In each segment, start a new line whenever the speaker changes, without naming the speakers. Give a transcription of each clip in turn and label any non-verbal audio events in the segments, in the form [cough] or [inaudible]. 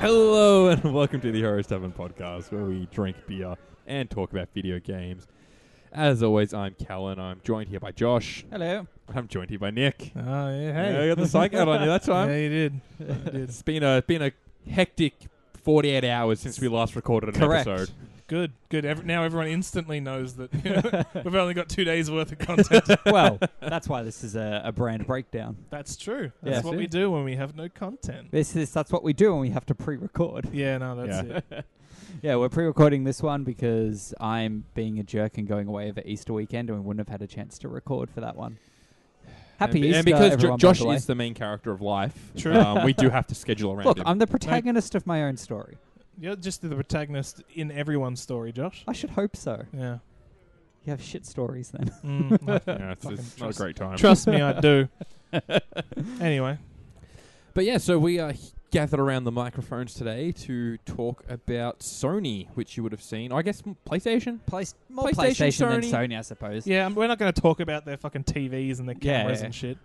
Hello and [laughs] welcome to the Horror Tavern podcast, where we drink beer and talk about video games. As always, I'm Callan. I'm joined here by Josh.
Hello.
I'm joined here by Nick.
Oh yeah,
Yeah,
hey.
you got
[laughs]
the psych out on you that
[laughs]
time.
Yeah, you did. You did.
It's been a been a hectic 48 hours since we last recorded an
Correct.
episode.
Good, good. Ev- now everyone instantly knows that [laughs] we've only got two days worth
[laughs]
of content.
well, that's why this is a, a brand breakdown.
That's true.
Yeah.
That's what we do when we have no content.
This is that's what we do when we have to pre-record.
Yeah, no, that's
Yeah. [laughs]
it.
Yeah, we're pre-recording this one because I'm being a jerk and going away over Easter weekend, and we wouldn't have had a chance to record for that one. Happy
and, be-
Easter,
And because Jo-
everyone, by
Josh
the way.
is the main character of life,
True.
Um, we do have to schedule around
Look,
him.
I'm the protagonist of my own story.
You're just the protagonist in everyone's story, Josh.
I should hope so.
[laughs]
Yeah.
You have shit stories then.
Mm, I-
yeah, it's,
fucking
it's not a
trust-
great time.
[laughs] Trust me, I
[laughs]
do. Anyway,
But yeah, so we are h- gathered around the microphones today to talk about Sony, which you would have seen. I guess m- PlayStation.
Place, more
PlayStation,
PlayStation than
Sony.
Sony, I suppose.
yeah, um, we're not going to talk about their fucking TVs and their
Yeah,
cameras
yeah.
[laughs]
and shit.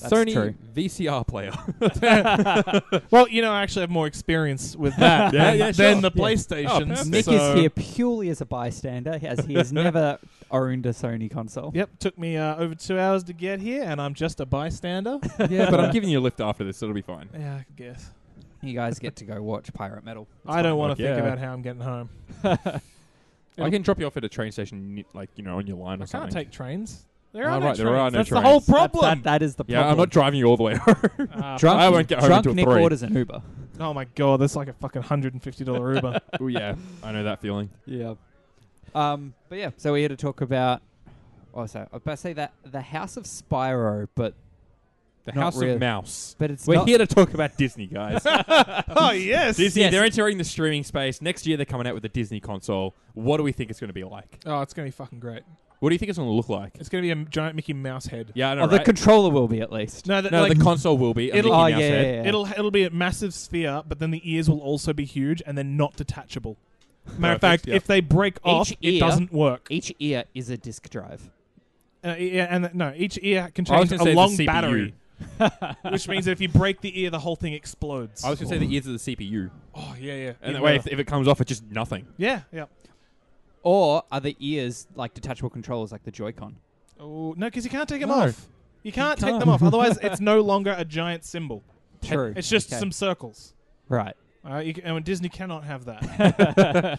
That's
Sony
true.
VCR player. [laughs]
Well, you know, I actually have more experience with that
Yeah,
than,
yeah,
than the
Yeah.
Oh,
PlayStation.
perfect.
Nick
so-
is here purely as a bystander, as
[laughs]
he has never owned a Sony console.
Yep, took me uh, over two hours to get here, and I'm just
[laughs]
a bystander.
yeah, [laughs]
[laughs]
but I'm giving you a lift after this, so it'll be fine.
yeah, I guess.
You guys get to go watch Pirate
[laughs]
Metal.
I don't want
Fuck
to think
yeah.
about how I'm getting home.
I can drop you off at a train station, ni- like you know, on your line
I
or
can't
something.
take trains. There
Oh,
are no
right, there
trains.
are no
That's
trains.
the whole
That-
That-
problem.
that- that is the
yeah,
problem.
I'm not driving you all the way. [laughs] home.
Ah, [laughs]
Drunk- I
fuck.
won't get home
Drunk
until
Nick
three.
orders an Uber.
Oh my god, that's like a fucking hundred and
[laughs]
fifty dollar Uber.
oh yeah, I know that feeling.
Yeah. Um, but yeah, so we're here to talk about. Also, I was about to say that the House of Spyro, but
The
Not
House
really.
of Mouse.
but it's
We're
not.
here to talk about Disney, [laughs] guys.
oh yes.
Disney,
Yes.
they're entering the streaming space. Next year, they're coming out with a Disney console. What do we think it's going to be like?
Oh, it's gonna be fucking great.
What do you think it's going to look like?
It's gonna be a giant Mickey Mouse head.
Yeah, I know,
Oh, the
right?
controller will be at least.
No, that,
no,
like,
[laughs] the console will be. a Mickey
It'll-
Mouse
oh yeah,
head.
yeah, yeah.
it'll it'll be a massive sphere, but then the ears will also be huge and then not detachable. Matter of fact,
Perfect, yeah.
if they break off, it
ear-
doesn't work.
Each ear is a disc drive.
Uh, yeah, and th- no, each ear
I was
contains
gonna
a
say the
long
CPU. [laughs]
battery, which means that if you break the ear, the whole thing explodes.
I was going to say the ears of the CPU.
oh yeah, yeah.
And
Even
that way,
better.
if, if it comes off, it's just nothing.
yeah, yeah.
Or are the ears like detachable controllers, like the Joy-Con?
Oh no, because you can't take them
No.
off. You can't, take
can't.
them off.
[laughs]
Otherwise, it's no longer a giant symbol.
True.
It's just
Okay.
some circles. [laughs]
right. [laughs]
Uh, you can, and Disney cannot
[laughs]
have that.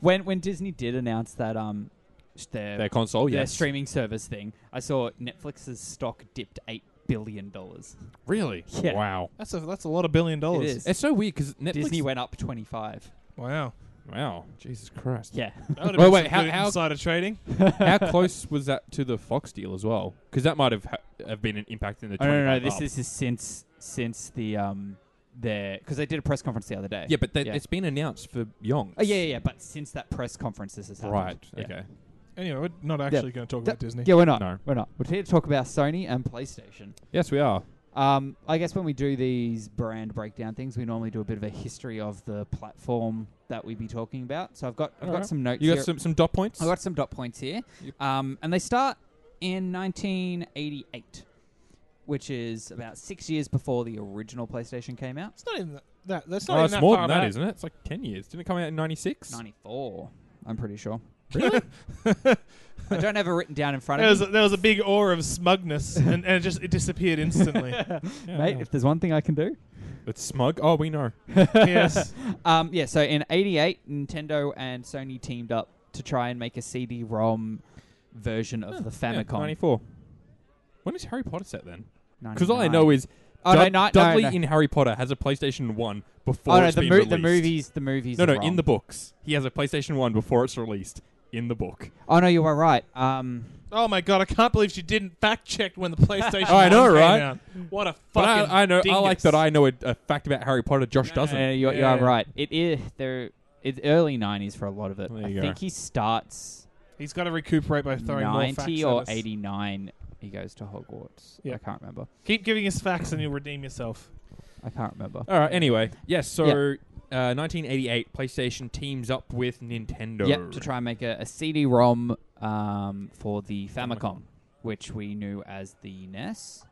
when when Disney did announce that um sh- their
Their console,
their
Oh, yes.
streaming service thing, I saw Netflix's stock dipped eight billion dollars.
Really?
Yeah.
Wow.
That's a that's a lot of billion dollars.
is.
It's so weird because Netflix.
Disney went up twenty five.
[laughs]
Wow.
Wow. Jesus Christ.
[laughs] Yeah.
That would have
Wait,
been
wait,
some
how-
good
how-
insider trading.
[laughs] How
[laughs]
close was that to the Fox deal as well? Because that might have ha- have been an impact in the.
Oh, no, no, no.
25
This,
up.
this is since since the um their because they did a press conference the other day.
Yeah, but that,
Yeah.
it's been announced for Young.
Oh yeah, yeah, yeah. But since that press conference, this has happened.
Right.
Yeah.
Okay.
Anyway, we're not actually going to talk about
That-
Disney.
Yeah, we're not.
No.
We're not. We're here to talk about Sony and PlayStation.
Yes, we are.
Um, I guess when we do these brand breakdown things, we normally do a bit of a history of the platform that we be talking about. So I've got I've got
Alright.
some notes.
You
here.
got some, some dot points.
I got some dot points here,
Yep.
um, and they start in 1988, which is about six years before the original PlayStation came out.
It's not even that. that that's not
Oh,
even
it's
that
more
far
than that,
back.
isn't it? It's like ten years. Didn't it come out in '96?
94, I'm pretty sure.
Really?
[laughs] I don't have it written down in front
There was,
of
a,
me.
there was a big aura of smugness, and, and it just it
[laughs]
disappeared instantly.
Mate, if there's one thing I can do.
It's smug. Oh, we know.
yes,
Um, yeah, so in 88, Nintendo and Sony teamed up to try and make a CD-ROM version of the
Yeah,
Famicom.
'94. When is Harry Potter set then? Because all I know is
Oh,
Dud-
no, not- no,
Dudley
no.
in Harry Potter has a PlayStation One before
Oh no,
it's
the,
been
mo-
released.
the movies, the movies.
No,
are
no,
wrong.
in the books, he has a PlayStation One before it's released in the book.
Oh no, you are right. Um,
[laughs] Oh my god, I can't believe she didn't fact check when the PlayStation
Oh, I know,
1 came
right?
out. What a
But
fucking
I, I know, I like
dingus.
that. I know a, a fact about Harry Potter. Josh doesn't.
uh, you, you
Yeah.
are right. It is there. It's early '90s for a lot of it.
There
I
you go.
think he starts
He's got to recuperate by throwing more facts.
'90
at
or
us.
'89. He goes to Hogwarts.
Yeah.
I can't remember.
Keep giving us facts and you'll redeem yourself.
I can't remember.
All right. Anyway, yes. So, Uh, 1988, PlayStation teams up with Nintendo.
Yep, to try and make a, a CD-ROM um, for the Famicom, which we knew as the E NES.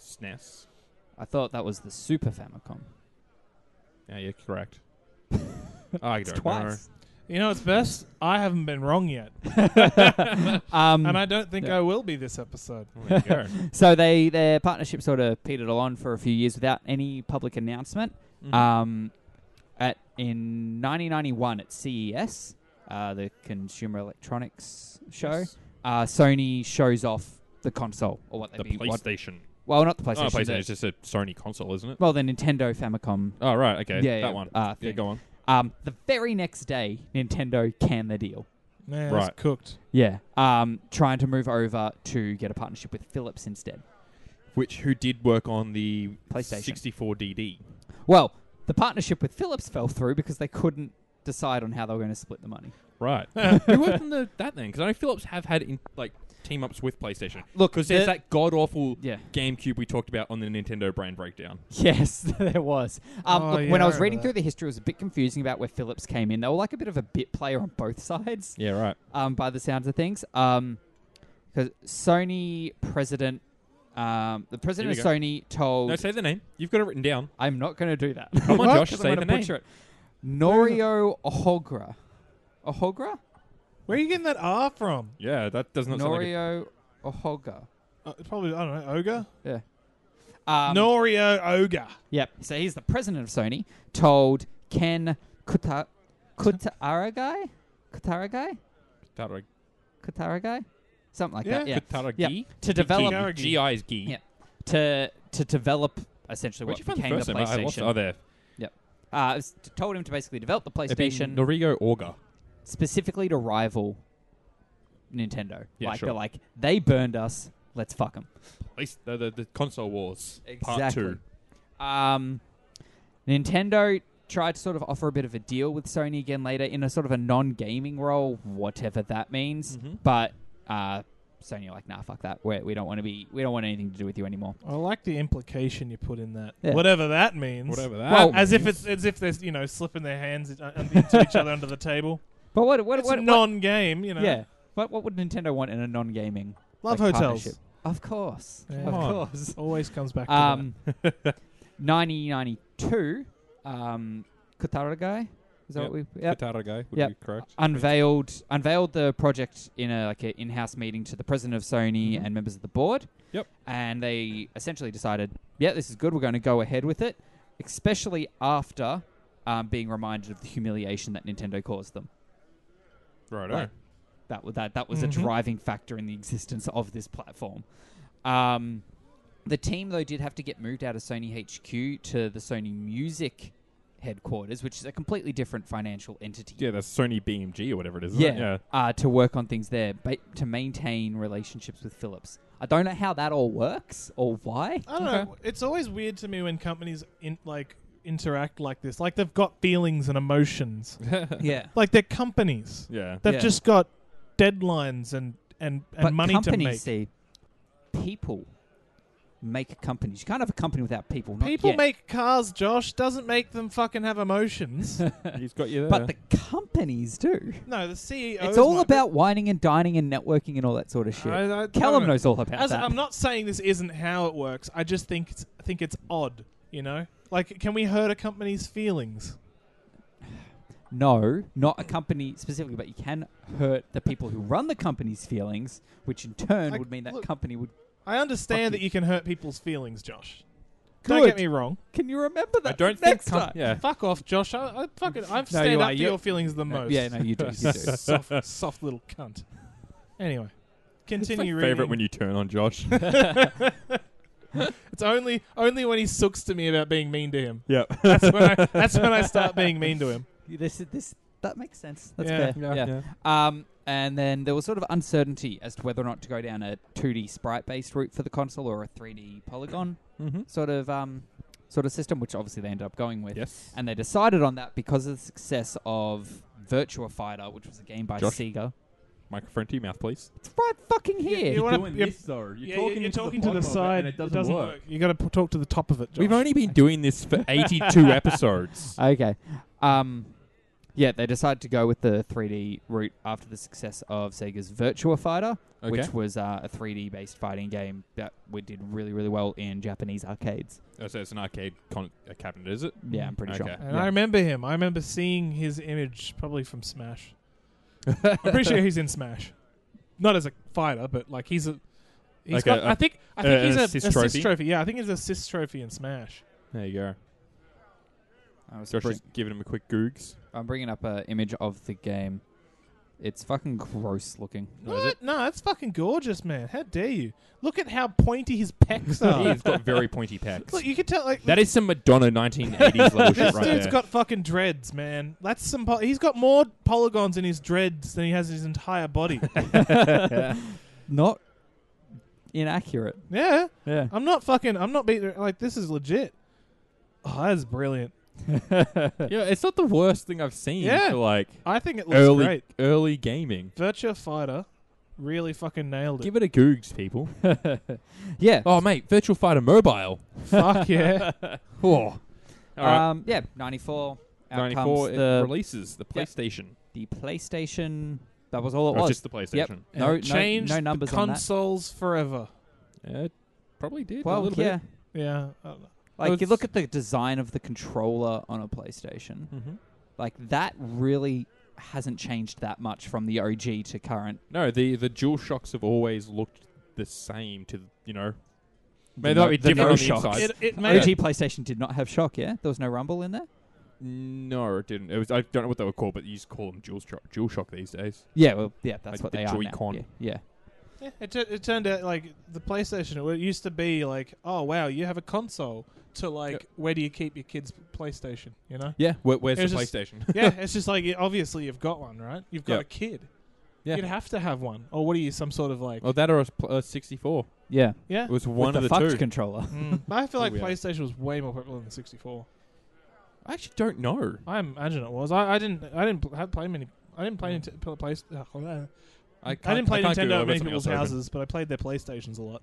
SNES.
I thought that was the Super Famicom.
Yeah, you're [laughs] correct. I
It's
don't
twice.
You know what's best? I haven't been wrong yet,
[laughs] um,
[laughs]
Mm.
and I don't think
yeah.
I will be this episode.
know. There
[laughs]
you go.
so they their partnership sort of petered along for a few years without any public announcement.
Mm-hmm.
Um, at in 1991 at CES, uh, the Consumer Electronics Show, uh, Sony shows off the console or what they
the
be, what,
PlayStation.
well not the
Oh,
PlayStation,
PlayStation
the-
is just a Sony console, isn't it?
well the Nintendo Famicom.
Oh, right. Okay.
yeah,
that
yeah,
one.
Uh,
Yeah,
thing.
go on.
Um, the very next day, Nintendo canned the deal.
Man,
Right. [laughs]
it's cooked. [laughs]
Yeah. Um, trying to move over to get a partnership with Philips instead.
Which who did work on the
PlayStation.
64DD?
Well, the partnership with Philips fell through because they couldn't decide on how they were going to split the money.
[laughs] Right. who worked on the, that then? Because I know Philips have had in, like team ups with PlayStation.
Look,
Because there's
the-
that god awful
Yeah.
GameCube we talked about on the Nintendo brand breakdown.
Yes, [laughs] there was. Um,
Oh,
look,
yeah,
when I
I
was
remember
reading
that.
through the history, it was a bit confusing about where Phillips came in. They were like a bit of a bit player on both [laughs] sides,
Yeah. Right.
um, by the sounds of things. Because Sony president, um, the president
we
of
go.
Sony told,
No, say the name. You've got it written
[laughs]
down.
"I'm not going to do that." [laughs]
Come on, Josh,
'Cause I'm
say
gonna
the name.
butcher it. Norio Ohogra, Ohogra,
Where are you getting that R from?
Yeah, that does not sound like a-
Norio Ohoga.
Uh, it's probably I don't know. Ogre.
Um,
Norio ogre.
Yep. So he's the president of Sony. Told Ken Kuta Kutaragai, Kutaragai,
Tarag-
Kutaragai, something like that.
Yeah,
Yeah.
Taragi?
Yep. To develop
Taragi.
GI is gi.
Yeah. to to develop essentially
Where'd you
what
find the
became the,
first name? I lost it. Oh,
PlayStation.
there.
Uh, it was t- told him to basically develop the
It'd be
PlayStation
Norigo Orga.
specifically to rival Nintendo.
Yeah,
like
sure.
they're like they burned us. Let's fuck them.
Place- The, the, the console wars. Part
Exactly.
two.
Um, Nintendo tried to sort of offer a bit of a deal with Sony again later in a sort of a non-gaming role, whatever that means.
Mhm.
But uh, Sony are like, nah, fuck that. We're, we don't want to be. We don't want anything to do with you anymore.
I like the implication you put in that.
Yeah.
Whatever that means.
Whatever that.
Well,
As if it's as if they're you know slipping their hands in- uh, into each other under the table.
But what? What?
it's
what,
a
what-
non-game, you know.
yeah. What? What would Nintendo want in a non-gaming?
Love
like,
hotels.
partnership? Of course.
Yeah.
Of
Come on.
course.
Always comes back. To
Um,
[laughs]
1992. Um, Kutaragai. Is that
Yep.
what we? Yep.
Taragay eh? would
Yep.
be correct.
unveiled unveiled the project in a like an in-house meeting to the president of Sony
Mhm.
and members of the board.
Yep.
And they essentially decided, yeah, this is good. We're going to go ahead with it, especially after um, being reminded of the humiliation that Nintendo caused them.
Right. Mm-hmm.
Like, that was that that was
Mhm.
a driving factor in the existence of this platform. Um, the team though did have to get moved out of Sony HQ to the Sony Music headquarters, which is a completely different financial entity
Yeah, that's Sony BMG or whatever it is. isn't
yeah,
it? Yeah.
Uh, to work on things there, but to maintain relationships with Phillips. I don't know how that all works or why.
it. I don't know. It's always weird to me when companies in like interact like this. Like they've got feelings and emotions.
[laughs] yeah,
Like they're companies.
[laughs] Yeah.
They've
Yeah.
just got deadlines and and, and
but
money to make.
companies see people make companies. You can't have a company without people. Not
People
yet.
make cars, Josh. Doesn't make them fucking
[laughs]
have emotions.
He's got you there.
but the companies do.
no, the E CEO.
It's all about whining and dining and networking and all that sort of shit.
I, I don't
Callum
know.
knows all about
As-
that.
I'm not saying this isn't how it works. I just think it's, I think it's odd. You know, like can we hurt a company's feelings?
no, not a company specifically, but you can hurt the people who run the company's feelings, which in turn
I-
would mean that
look-
company would.
I
Fuck
understand that
you.
you can hurt people's feelings, Josh. Don't get
Good.
me wrong.
Can you remember
I
that?
don't think.
next
com-
time.
yeah.
Fuck off, Josh. I, I fucking I
No,
stand
you
up
are.
for
You're-
your feelings the
No,
most.
Yeah, no, you do. You do.
[laughs] soft, soft little cunt. Anyway,
It's my
continue reading.
favorite when you turn on Josh.
[laughs] it's only only when he sooks to me about being mean to him.
yep.
That's when I that's when I start being mean
[laughs]
to him.
This this that makes sense. That's
Yeah.
fair. [laughs] Yeah. Um, and then there was sort of uncertainty as to whether or not to go down a 2D sprite-based route for the console or a 3D polygon
Mm-hmm.
sort of um, sort of system, which obviously they ended up going with.
Yes.
And they decided on that because of the success of Virtua Fighter, which was a game by
Josh?
Sega.
Microphone to your mouth, please.
It's right fucking here.
You wanna- you're-
though. You're
yeah, you're talking to the side. You got to talk to the top of it. Josh. [laughs]
We've only been doing this for 82 episodes.
Okay. Um, Yeah, they decided to go with the 3D route after the success of Sega's Virtua Fighter,
Okay.
which was uh, a 3D based fighting game that we did really, really well in
[laughs]
Japanese arcades.
Oh, so it's an arcade con- uh, cabinet, is it?
Yeah, I'm pretty sure.
Okay.
And I remember him. I remember seeing his image probably from Smash. I'm pretty sure he's in Smash. Not as a fighter, but like he's a. he's
Like
got,
a-
I think I
a-
think
an
he's a
assist
assist
trophy?
Yeah, I think he's an assist trophy in Smash.
There you go.
I was
Josh
bring-
is giving him a quick
[laughs]
googs.
I'm bringing up an image of the game. It's fucking
[laughs]
gross looking.
No, Oh, is it?
No, that's fucking gorgeous, man. How dare you? Look at how pointy his
[laughs]
pecs are.
He's got very pointy pecs.
Look, you can tell like
that is some Madonna 1980s
[laughs]
level
this
shit right
dude's
there.
got fucking dreads, man. That's some. Po- he's got more polygons in his dreads than he has in his
[laughs]
entire body.
[laughs] Not inaccurate.
yeah,
Yeah.
I'm not fucking. I'm not being like this is legit. Oh, that's brilliant.
yeah, it's not the worst thing I've seen.
Yeah.
for, like
I think it looks
early
great.
early gaming.
Virtua Fighter really fucking nailed it.
Give it a googs, [laughs] people.
yeah.
oh, mate, Virtual Fighter Mobile.
Fuck [laughs] yeah.
Oh. All right.
Um, yeah, 94. Out
94
comes
it
the,
releases the
Yeah.
PlayStation.
the PlayStation. That was all it
Or
was.
Oh, just the PlayStation.
Yep.
And
No-
it
no-
changed
no numbers
the
on that.
consoles forever.
Yeah, it probably did a
well,
little Oh,
yeah.
Yeah. I don't know.
Like, you
it's-
look at the design of the controller on a PlayStation.
bit. Mm-hmm.
Like, that really hasn't changed that much from the OG to current.
No, the the Dual Shocks have always looked the same to you know.
The
Maybe
no-
they'll be
the
different
no
on the
shocks.
inside.
It, it made
OG PlayStation did not have shock, yeah? There was no rumble in there?
No, it didn't. It was I don't know what they were called, but you just call them Dual Shock, Dual Shock these days.
Yeah, well, yeah, that's
Like
what
the
they are now.
Joy-Con.
Yeah, yeah.
Yeah, it, tu- it turned out like the PlayStation. It used to be like, oh wow, you have a console. To like, where do you keep your kids' PlayStation? You [laughs] know.
Yeah, Where, where's
It
the
was just-
PlayStation?
yeah, it's just like obviously you've got one, right? You've got
Yeah.
a kid.
Yeah.
You'd have to have one. Or what are you, some sort of like?
[laughs] oh, that or a, pl- a 64.
Yeah.
yeah.
It was one
With
of
the,
the,
fucked
two.
controller.
Mm. [laughs] I feel like
Oh, yeah.
PlayStation was way more popular than the 64.
I actually don't know.
I imagine it was. I, I didn't. I didn't pl- have play many. I didn't play Nint- pl- play, uh,
I,
I didn't play
can't Google it, I've
Nintendo at
got
many
something else
people's
open.
houses, but I played their PlayStations a lot.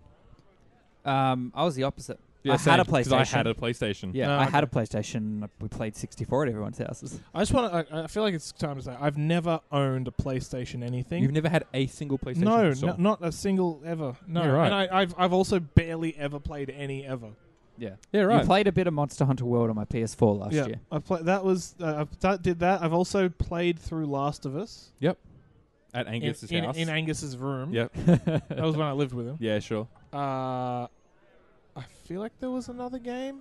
Um, I was the opposite.
Yeah,
I had
same,
a
'cause I had
PlayStation.
a PlayStation.
Yeah,
No,
I had a PlayStation. We played 64 at everyone's houses.
I just want to. I, I feel like it's time to say I've never owned a PlayStation anything.
You've never had a single PlayStation
no,
console.
no, not a single ever. No,
Yeah, right.
and I, I've I've also barely ever played any ever.
Yeah.
Yeah, right.
You played a bit of Monster Hunter World on my PS4 last
yeah,
year.
I play, that was uh, I've, that did that. I've also played through Last of Us
At
in-
Angus's
in,
house.
in Angus's
[laughs]
room.
yep.
that
[laughs]
was when I lived with him.
Yeah, sure.
Uh, I feel like there was another game.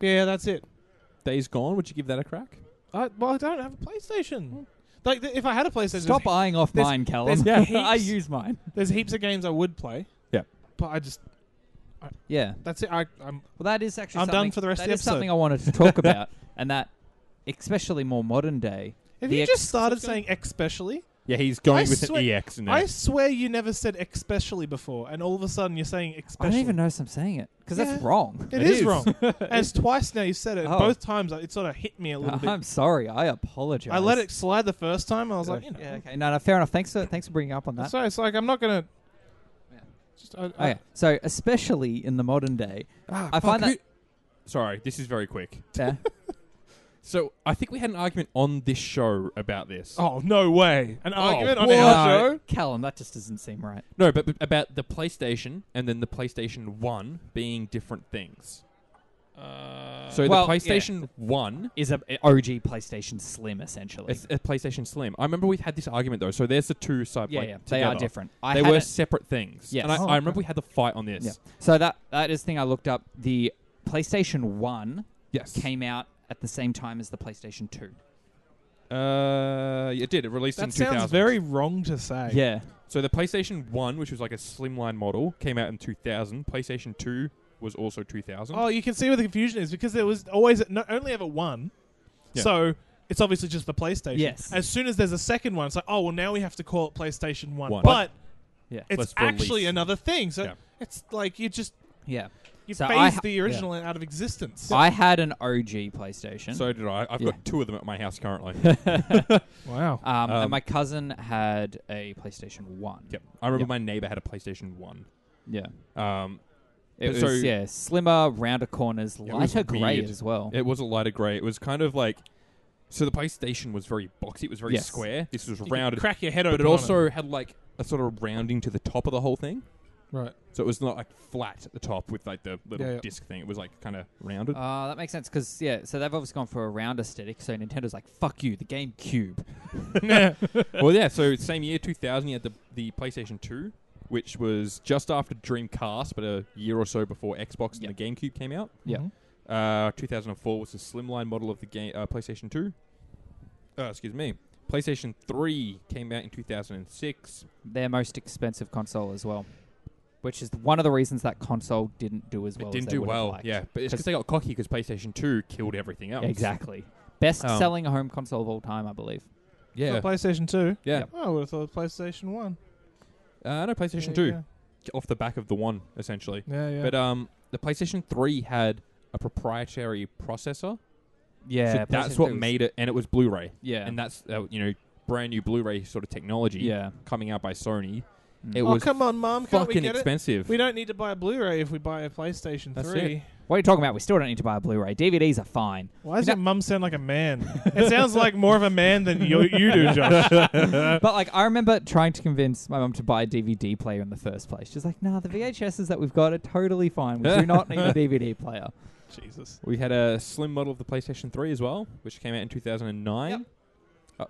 Yeah, that's it.
Days Gone, would you give that a crack?
I, well, I don't have a
Hmm.
PlayStation. Like, th- if I had a PlayStation,
Stop
there's,
eyeing off
there's-
mine, Callum.
there's
[laughs]
heaps.
I use mine.
there's heaps of games I would play.
Yeah.
but I just
Yeah.
that's it. I, I'm
Well, that is actually
I'm done
something-
for the rest of
that
the
is
episode.
something I wanted to
[laughs]
talk about, and that, especially more modern day.
Have
The
you
ex-
just started saying especially?
Yeah, he's going
I
with
swear-
an E EX in there.
I swear you never said especially before, and all of a sudden you're saying
I
especially.
don't even notice I'm saying it because that's
Yeah.
wrong.
It
It
is,
is.
wrong. and
[laughs]
it's twice now you said it. and
Oh.
Both times uh, it sort of hit me
[laughs]
a little bit.
I'm sorry. I apologize.
I let it slide the first time. And I was like, you know,
yeah, okay. No, no, fair enough. Thanks for thanks for bringing up on that.
so it's like I'm not gonna. Just, I, I,
Okay, so especially in the modern day, I
Ah, Fuck,
find that
who- Sorry, this is very quick.
[laughs] yeah,
So I think we had an argument on this show about this.
oh no way! An argument on
what?
our
No.
show.
Callum, that just doesn't seem right.
No, but, but about the PlayStation and then the PlayStation One being different things.
Uh,
so
Well,
the
yeah.
PlayStation One
Is a a OG PlayStation Slim essentially?
is a PlayStation Slim. I remember we had this argument though. So there's the two side.
yeah,
like,
yeah, they are
together.
different. I
they
had
were
it-
separate things.
Yes.
And I,
Oh,
I remember we had the fight on this.
Yeah. So that that is the thing I looked up. The PlayStation One
Yes.
came out at the same time as the PlayStation Two.
Uh, it did. It released in
That
2000.
sounds very wrong to say.
Yeah.
So the PlayStation One, which was like a slimline model, came out in 2000. PlayStation Two was also 2000.
Oh, you can see where the confusion is because there was always no, only ever one.
Yeah.
So it's obviously just the PlayStation.
Yes.
As soon as there's a second one, it's like, oh well, now we have to call it PlayStation One,
One.
but
Yeah.
it's
Let's release.
actually another thing. So
Yeah.
it's like you just
Yeah.
you
So
phased
I ha-
the original out of existence. [laughs]
I had an OG PlayStation.
So did I. I've
Yeah.
got two of them at my house
[laughs]
currently.
wow. [laughs]
um,
um, and my cousin had a PlayStation One.
yep. I remember
Yep.
my neighbor had a PlayStation One.
Yeah.
Um,
It
But
was
so-
yeah, slimmer, rounder corners,
It was
lighter grey
weird.
as well.
it was a lighter grey. It was kind of like So the PlayStation was very boxy. It was very
Yes.
square. This was
You could
rounded,
Crack your head open.
but it
on
also had like a sort of rounding to the top of the whole thing.
Right.
So it was not like flat at the top with like the little
Yeah, yeah.
disc thing. It was like kind of rounded.
Uh, that makes sense because yeah, so they've obviously gone for a round aesthetic. So Nintendo's like, "Fuck you, the GameCube."
well, yeah. So same year, 2000, you had the the PlayStation 2, which was just after Dreamcast, but a year or so before Xbox
Yep.
and the GameCube came out.
Yeah.
Mhm.
Uh, 2004 was the slimline model of the game uh, PlayStation 2. Uh, excuse me. PlayStation 3 came out in 2006.
Their most expensive console as well, which is one of the reasons that console didn't do as
it
well. as
didn't
they
do
would've
well.
liked.
Yeah, but it's because they got cocky because PlayStation 2 killed everything else.
exactly. Best
Um,
selling home console of all time, I believe.
Yeah.
Thought PlayStation 2.
yeah.
Yep.
Oh, I would have thought PlayStation 1.
Uh, no, PlayStation
Yeah,
2
Yeah,
off the back of the one essentially.
yeah. yeah.
But um, the PlayStation 3 had a proprietary processor.
Yeah,
so that's what made it, and it was Blu-ray,
Yeah,
and that's uh, you know brand new Blu-ray sort of technology
yeah.
coming out by Sony.
Mm.
It
oh,
was
come on, Mom. Can't we
fucking
get
expensive.
it? We don't need to buy a Blu-ray if we buy a PlayStation
That's
3.
What are you talking about? We still don't need to buy a Blu-ray. DVDs are fine.
Why does
You
your mum sound like a man? it sounds like more of a man than you, you do, Josh.
but like I remember trying to convince my mum to buy a DVD player in the first place. She's like, "Nah, the VHSs that we've got are totally fine. We do not need
[laughs]
a DVD player."
[laughs] Jesus.
We had a slim model of the PlayStation 3 as well, which came out in 2009.
Yep.
Uh,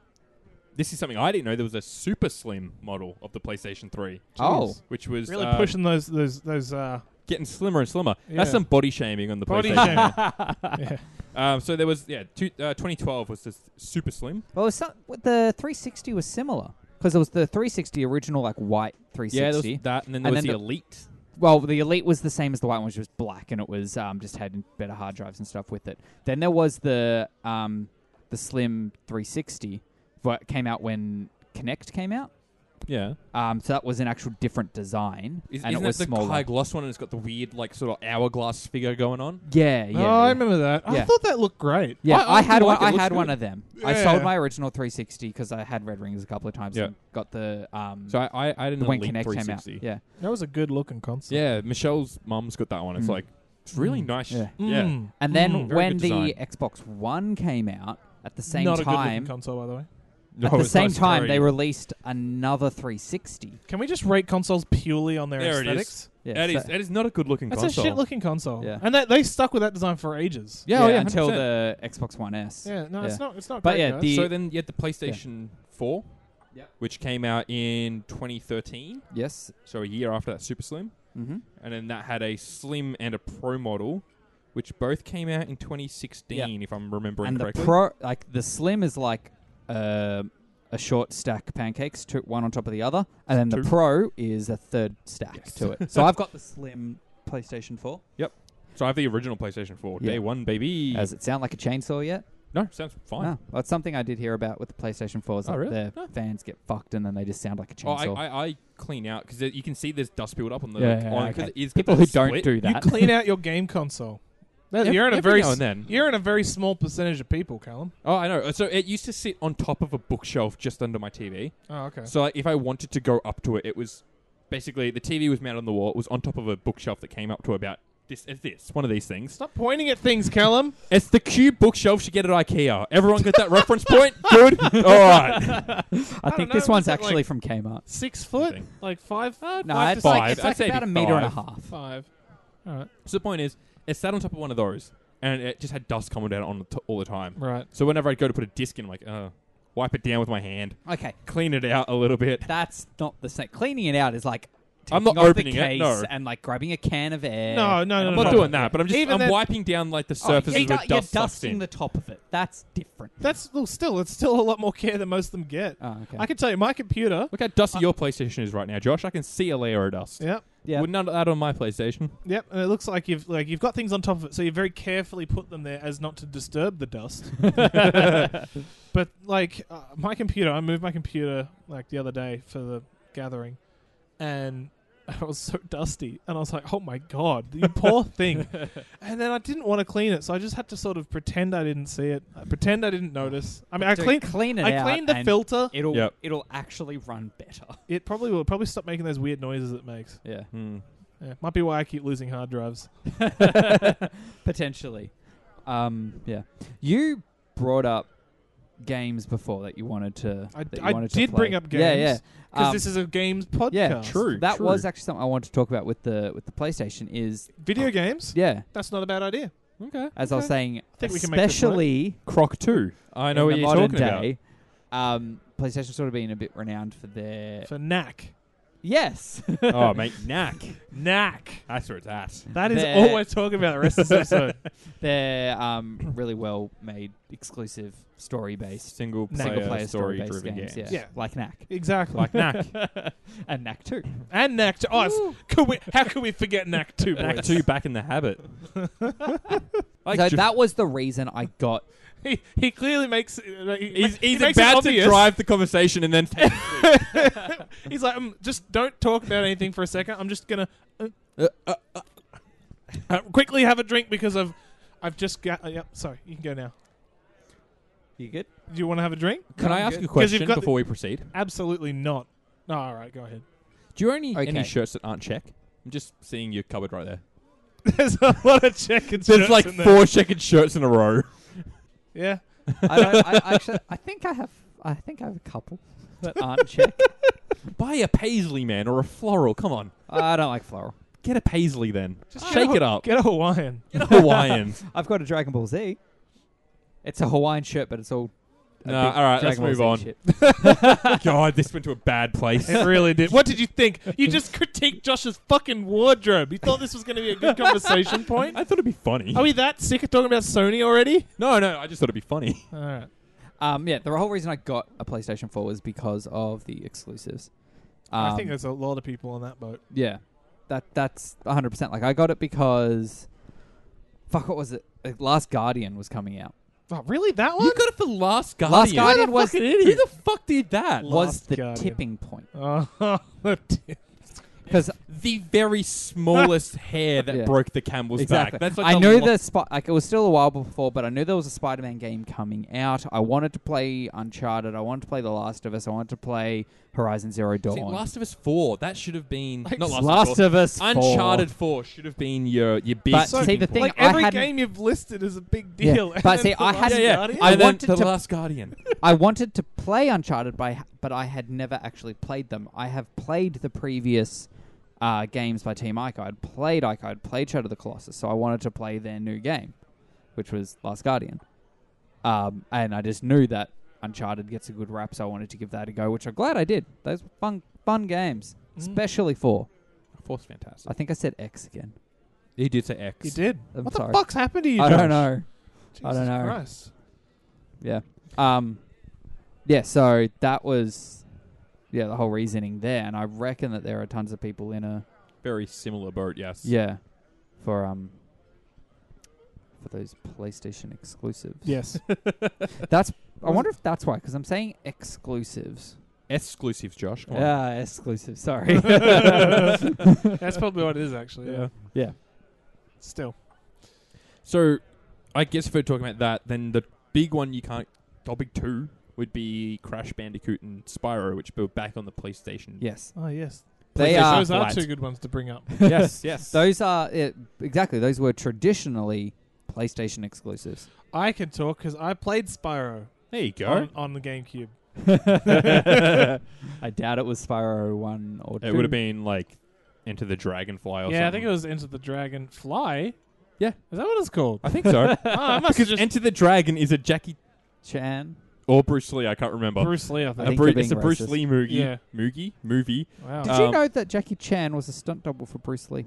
this is something I didn't know. There was a super slim model of the PlayStation 3,
Oh.
which was
really
uh,
pushing those those those. Uh,
getting slimmer and slimmer.
Yeah.
That's some body shaming on the
Body
PlayStation.
yeah.
[laughs] um, so there was yeah, two, uh, 2012 was this super slim.
Well, it was some, what the 360 was similar because it was the 360 original, like white 360.
Yeah, there was that, and then there
And
was
then
the
the-
Elite.
well, the Elite was the same as the white one, which was black, and it was um, just had better hard drives and stuff with it. Then there was the um, the Slim 360, what came out when Connect came out.
Yeah,
Um, so that was an actual different design,
is,
and
isn't
it was
that the
smaller.
high gloss one? And it's got the weird like sort of hourglass figure going on.
yeah, yeah.
oh,
yeah.
I remember that. I
Yeah.
thought that looked great.
Yeah,
I- I
I, had
do
one.
like it. It
I
looks
had one
good.
of them. I sold
Yeah.
my original 360 because I had Red Rings a couple of times.
Yeah.
and got the um
So I, I, I didn't
the when
Elite
Connect came out.
360.
Yeah,
That was a good looking console.
yeah, Michelle's mum's got that one. It's
Mm.
like it's really
Mm.
nice.
Yeah.
yeah.
Mm.
and then
Mm.
Hmm, Very
when
good
the
design.
Xbox One came out at the same
not a good looking
time,
console, by the way.
No,
at the
it's
same
nice.
time
Very-
they released another 360.
Can we just rate consoles purely on their
There it is.
aesthetics?
Yeah,
that
so-
is that is not a good looking
That's
console.
a shit looking console.
Yeah.
And that, they stuck with that design for ages.
yeah, oh, yeah,
until
100%.
the Xbox One S.
Yeah, no,
Yeah.
it's not. It's not.
But
great,
yeah,
guys.
the-
so then you had the PlayStation 4,
Yep.
which came out in 2013,
Yes.
so a year after that Super Slim,
Mm-hmm.
and then that had a Slim and a Pro model, which both came out in 2016, if I'm remembering
And the
correctly.
pro, like the Slim, is like um a short stack pancakes, two, one on top of the other, and then
Two.
the Pro is a third stack
Yes. [laughs]
to it. So I've got the Slim PlayStation 4.
so I have the original PlayStation 4,
Yeah.
day one, baby.
Does it sound like a chainsaw yet?
no, sounds fine.
No. That's something I did hear about with the PlayStation 4 is
Oh,
that
really?
their
No.
fans get fucked and then they just sound like a
Oh, I,
chainsaw.
I, I clean out because you can see there's dust build up on the
Yeah, yeah,
on,
okay.
'cause it is
People who don't
split.
do
you
that.
clean out your game console. That-
Every-
you're in a
every
very
now
s-
and then.
you're in a very small percentage of people, Callum.
Oh, I know. So it used to sit on top of a bookshelf just under my TV.
Oh, okay.
So like, if I wanted to go up to it, it was basically the TV was mounted on the wall. It was on top of a bookshelf that came up to about this. It's this one of these things.
Stop pointing at things, Callum.
It's the cube bookshelf you get at IKEA. Everyone get that reference point? Good. All right.
I
don't
think
know,
this
is
one's
it
actually
like-
from Kmart.
Six foot,
Something.
like five.
No,
Uh, five
it's
to
like,
five.
it's
I'd
like
say it'd
about a
be
meter and a
five.
half.
Five. All right.
So the point is, it sat on top of one of those, and it just had dust coming down on it t- all the time.
Right.
So whenever I'd go to put a disc in, I'm like, uh, wipe it down with my hand,
Okay,
clean it out a little bit.
that's not the same. Cleaning it out is like taking
I'm not
off
opening
the
it,
case
no.
and like grabbing a can of air.
No, no, no,
I'm
no,
not
no.
doing that, but I'm just
Even
I'm
then-
wiping down like the
Oh,
surfaces
you're,
where
du-
dust
you're
sucks
dusting
in.
the top of it. That's different.
That's well, still it's still a lot more care than most of them get.
Oh, okay.
I can tell you, my computer.
Look how
Uh,
dusty your PlayStation is right now, Josh. I can see a layer of dust.
Yep.
yeah.
Would none of that on my
[laughs]
PlayStation.
Yep. And it looks like you've like you've got things on top of it, so you very carefully put them there as not to disturb the dust. [laughs] But like uh, my computer, I moved my computer like the other day for the gathering, and [laughs] it was so dusty, and I was like, "Oh my god, you
[laughs]
poor thing!" And then I didn't want to clean it, so I just had to sort of pretend I didn't see it, uh, pretend I didn't notice. I mean, I
So
cleaned,
clean it
I
out
cleaned the
and
filter.
It'll
Yep.
it'll actually run better.
It probably will probably stop making those weird noises it makes.
[laughs] Yeah.
Hmm.
Yeah, [laughs] might be why I keep losing hard drives.
Potentially. Um, yeah. You brought up games before that you wanted to.
I,
that you
I
wanted to
did
play.
bring up games.
Yeah, yeah.
Because
Um,
this is a games podcast.
yeah,
True,
That
true.
was actually something I wanted to talk about with the with the PlayStation. Is
Video games.
yeah,
That's not a bad idea.
Okay.
as I was
Okay.
saying,
think we can make this work.
especially
Croc 2. I know what
in the
you're
modern
talking
day, um, PlayStation sort of being a bit renowned for their
For knack.
yes, [laughs]
about. oh, mate, knack.
Knack.
That's where it's at.
That is
They're-
all we're talking about the rest of
[laughs]
this episode.
their um, really well made exclusive story based
Single player,
single player story
story
based
driven
games. Yeah.
Yeah.
like Knack
exactly.
Like Knack.
[laughs] and Knack Two.
[laughs] and knack. Two. Oh, it's- could we, how could we forget knack two? Boys?
Knack 2 back in the
[laughs]
habit. Like
so
ju-
that was the reason I got
[laughs] He, he clearly makes. uh, He,
He's,
ma- he
he's
makes it
about to
obvious. [laughs]
drive the conversation and then take
He's like, um, just don't talk about anything for a second. I'm just gonna uh, uh, uh, uh, quickly have a drink because I've, I've just got. Uh, yep, sorry, you can go now.
you good.
Do you want to have a drink?
Can I
I'm
ask
good.
a
'Cause you've
question
got the-
before we proceed?
Absolutely not. No, all right, go ahead. [laughs]
Do you own any,
Okay.
any shirts that aren't check? I'm just seeing your cupboard right there.
There's a lot of chicken.
There's
shirts
like
in there.
four checkered shirts in a row.
Yeah,
I, don't, I actually I think I have I think I have a couple that aren't check.
Buy a paisley, man, or a floral. Come on.
I don't like floral.
Get a paisley then.
Just
Shake
get
it up.
get a Hawaiian.
Get a
[laughs]
Hawaiian.
I've got a Dragon Ball Z. It's a Hawaiian shirt, but it's all. a
Nah,
big
all right, let's move
Dragon Ball Z
on.
shit. Oh,
God, this went to a bad [laughs] place.
It really did. What did you think? You just critiqued Josh's fucking wardrobe. You thought this was going to be a
[laughs]
good conversation point?
I thought it'd be funny.
Oh,
Are we that sick of talking about Sony already?
no, no, I just thought it'd be funny.
All right.
Um, yeah, the whole reason I got a PlayStation 4 was because of the exclusives. Um,
I think there's a lot of people on that boat.
yeah, that that's 100. percent Like I got it because, fuck, what was it? Like, Last Guardian was coming out.
Oh, really? That one? [laughs]
You got it for Last Guardian.
Last Guardian
Who Oh, the,
was
fuck, who the fuck did that?
Last
was the
Guardian.
tipping point
Oh, [laughs] dear.
because
The very
[laughs]
smallest hair that
Yeah.
broke the Campbell's
exactly.
back. That's like
I
the
knew
lo-
the spot. Like it was still a while before, but I knew there was a Spider-Man game coming out. I wanted to play Uncharted. I wanted to play The Last of Us. I wanted to play Horizon Zero Dawn.
See, Last of Us 4 that should have been
Like,
not Last,
Last
of Us.
of
4.
Us. 4.
Uncharted 4 should have been your your big
But
tipping
see, the
point.
thing-
like
I
every
hadn't-
game you've listed is a big
Yeah,
deal. [laughs] and
but
then
see,
The
I
Last
yeah,
hadn't-
yeah.
Guardian?
I
And then
wanted
the
to-
Last
[laughs]
Guardian.
I wanted to play Uncharted, by, but I had never actually played them. I have played the previous uh, games by Team Ico. I'd played Ico. I'd played Shadow of the Colossus. So I wanted to play their new game, which was Last Guardian. Um, and I just knew that Uncharted gets a good rap, so I wanted to give that a go, which I'm glad I did. Those were fun, fun games,
Mm.
especially four.
Four's fantastic.
I think I said X again.
He did say X.
You did.
I'm
what
sorry.
the fuck's happened to you?
I
Josh?
don't know.
Jesus
I don't know.
Christ.
Yeah. Um yeah, so that was yeah, the whole reasoning there and I reckon that there are tons of people in a
Very similar boat, yes.
yeah for um for those PlayStation exclusives.
[laughs] Yes.
That's I wonder if that's why cuz I'm saying exclusives.
Exclusives, Josh. Come on.
Yeah,
[laughs]
exclusive. Sorry.
That's probably what it is, actually. Yeah.
yeah.
Still.
So, I guess if we're talking about that, then the big one you can't. Topic two would be Crash Bandicoot and Spyro, which were back on the PlayStation.
Yes.
Oh, yes.
They
PlayStation
are-
Those are
flat.
two good ones to bring up.
[laughs] yes, yes.
Those are yeah, exactly those were traditionally
[laughs]
PlayStation exclusives.
I can talk because I played Spyro
there you go.
on, on the GameCube.
I doubt it was Spyro 1 or
[laughs]
2.
it would have been like Enter the Dragonfly or something.
yeah, I think it was Into the Dragon Fly.
Yeah.
Is that what it's called?
[laughs] I think so.
oh, [laughs] I must have
because [laughs]
just
Enter the Dragon is a Jackie
Chan.
or Bruce Lee. I can't remember.
Bruce Lee, I
A
think.
I think
Bru-
you're being
it's a Bruce
racist.
Lee movie.
Yeah.
Moogie? Movie.
Wow.
Did
Uh,
you
Um,
know that Jackie Chan was a stunt double for Bruce Lee?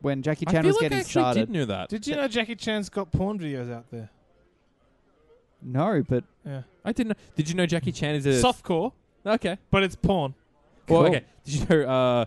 When Jackie
I
Chan
feel
was
like I
getting
actually
started.
did know that.
Did you know Jackie Chan's got porn videos out there?
No, but
Yeah.
I didn't. Know. Did you know Jackie Chan is a
Softcore,
Okay.
but it's porn.
Well,
Cool.
okay. Did you know? Uh, oh,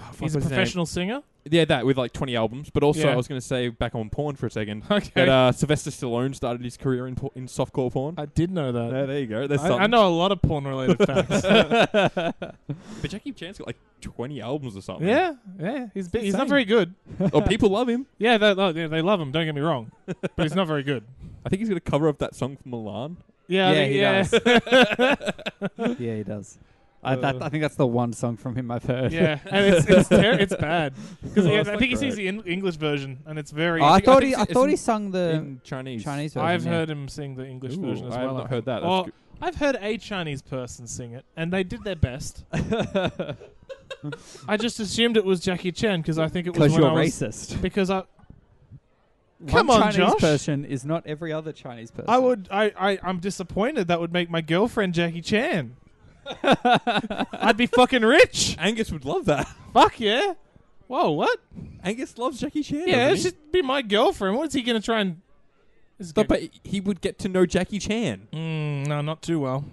fuck, what's
He's a
his name?
professional singer.
Yeah, that with like 20 albums. But also,
Yeah.
I was going to say back on porn for a second
[laughs] Okay.
that uh, Sylvester Stallone started his career in por- in softcore porn.
I did know that.
No, there you go. There's
I, I
something.
know a lot of
[laughs]
porn related facts.
But Jackie Chan's got like 20 albums or something.
yeah, yeah. He's bi- he's not
insane.
very good. [laughs]
Oh, people love him.
Yeah, they, lo- yeah, they love him. Don't get me wrong, but he's not very good.
I think he's got a cover of that song from Milan.
[laughs] Yeah, I
Yeah,
[laughs] think-
he
yeah.
yeah, he does. I, that, I think that's the one song from him
[laughs]
I've heard.
Uh, yeah, and it's it's, ter- it's bad because
Oh,
yeah, I
it's
think
not
he sees
great.
the in- English version, and it's
[laughs]
very.
Oh, I
think- I
thought
think
he I
it's
thought
in-
he sung the
in Chinese.
Chinese version.
I've
yeah.
heard him sing the English
Ooh,
version as
I have
well.
not
I
heard that.
think.
That's
Or-
good.
I've heard a Chinese person sing it, and they did
[laughs]
their best. I just assumed it was Jackie Chan because I think it was
because
when
you're
I was
racist.
because I Come
One
on,
Chinese
Josh.
person is not every other Chinese person.
I would I, I I'm disappointed that would make my girlfriend Jackie
[laughs]
Chan. I'd be fucking rich.
Angus would love that. [laughs]
Fuck yeah. Whoa, what?
Angus loves Jackie Chan.
Yeah,
doesn't
she
he?
should be my girlfriend. What's he gonna try and? Is
But, but he would get to know Jackie
[laughs]
Chan.
Mm, no, not too [laughs] well.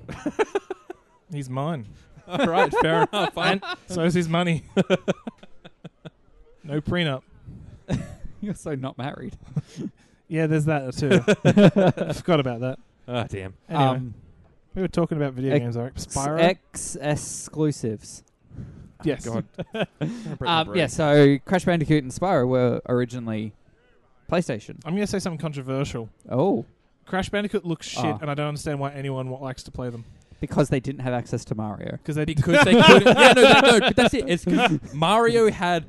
He's mine.
All right,
[laughs]
fair enough.
And so is his money. no prenup.
[laughs] You're so not married.
Yeah, there's that too. [laughs] I forgot about that.
Ah, damn.
Anyway,
Um,
we were talking about video
ex-
games, Eric.
s-
Spyro.
X exclusives.
yes. [laughs]
God.
Um, yeah, so Crash Bandicoot and Spyro were originally PlayStation.
I'm gonna say something controversial.
Oh,
Crash Bandicoot looks shit,
Ah.
and I don't understand why anyone wa- likes to play them
because they didn't have access to Mario.
because they [laughs]
Because they couldn't. Yeah, no, no, no. But that's it. It's 'cause Mario had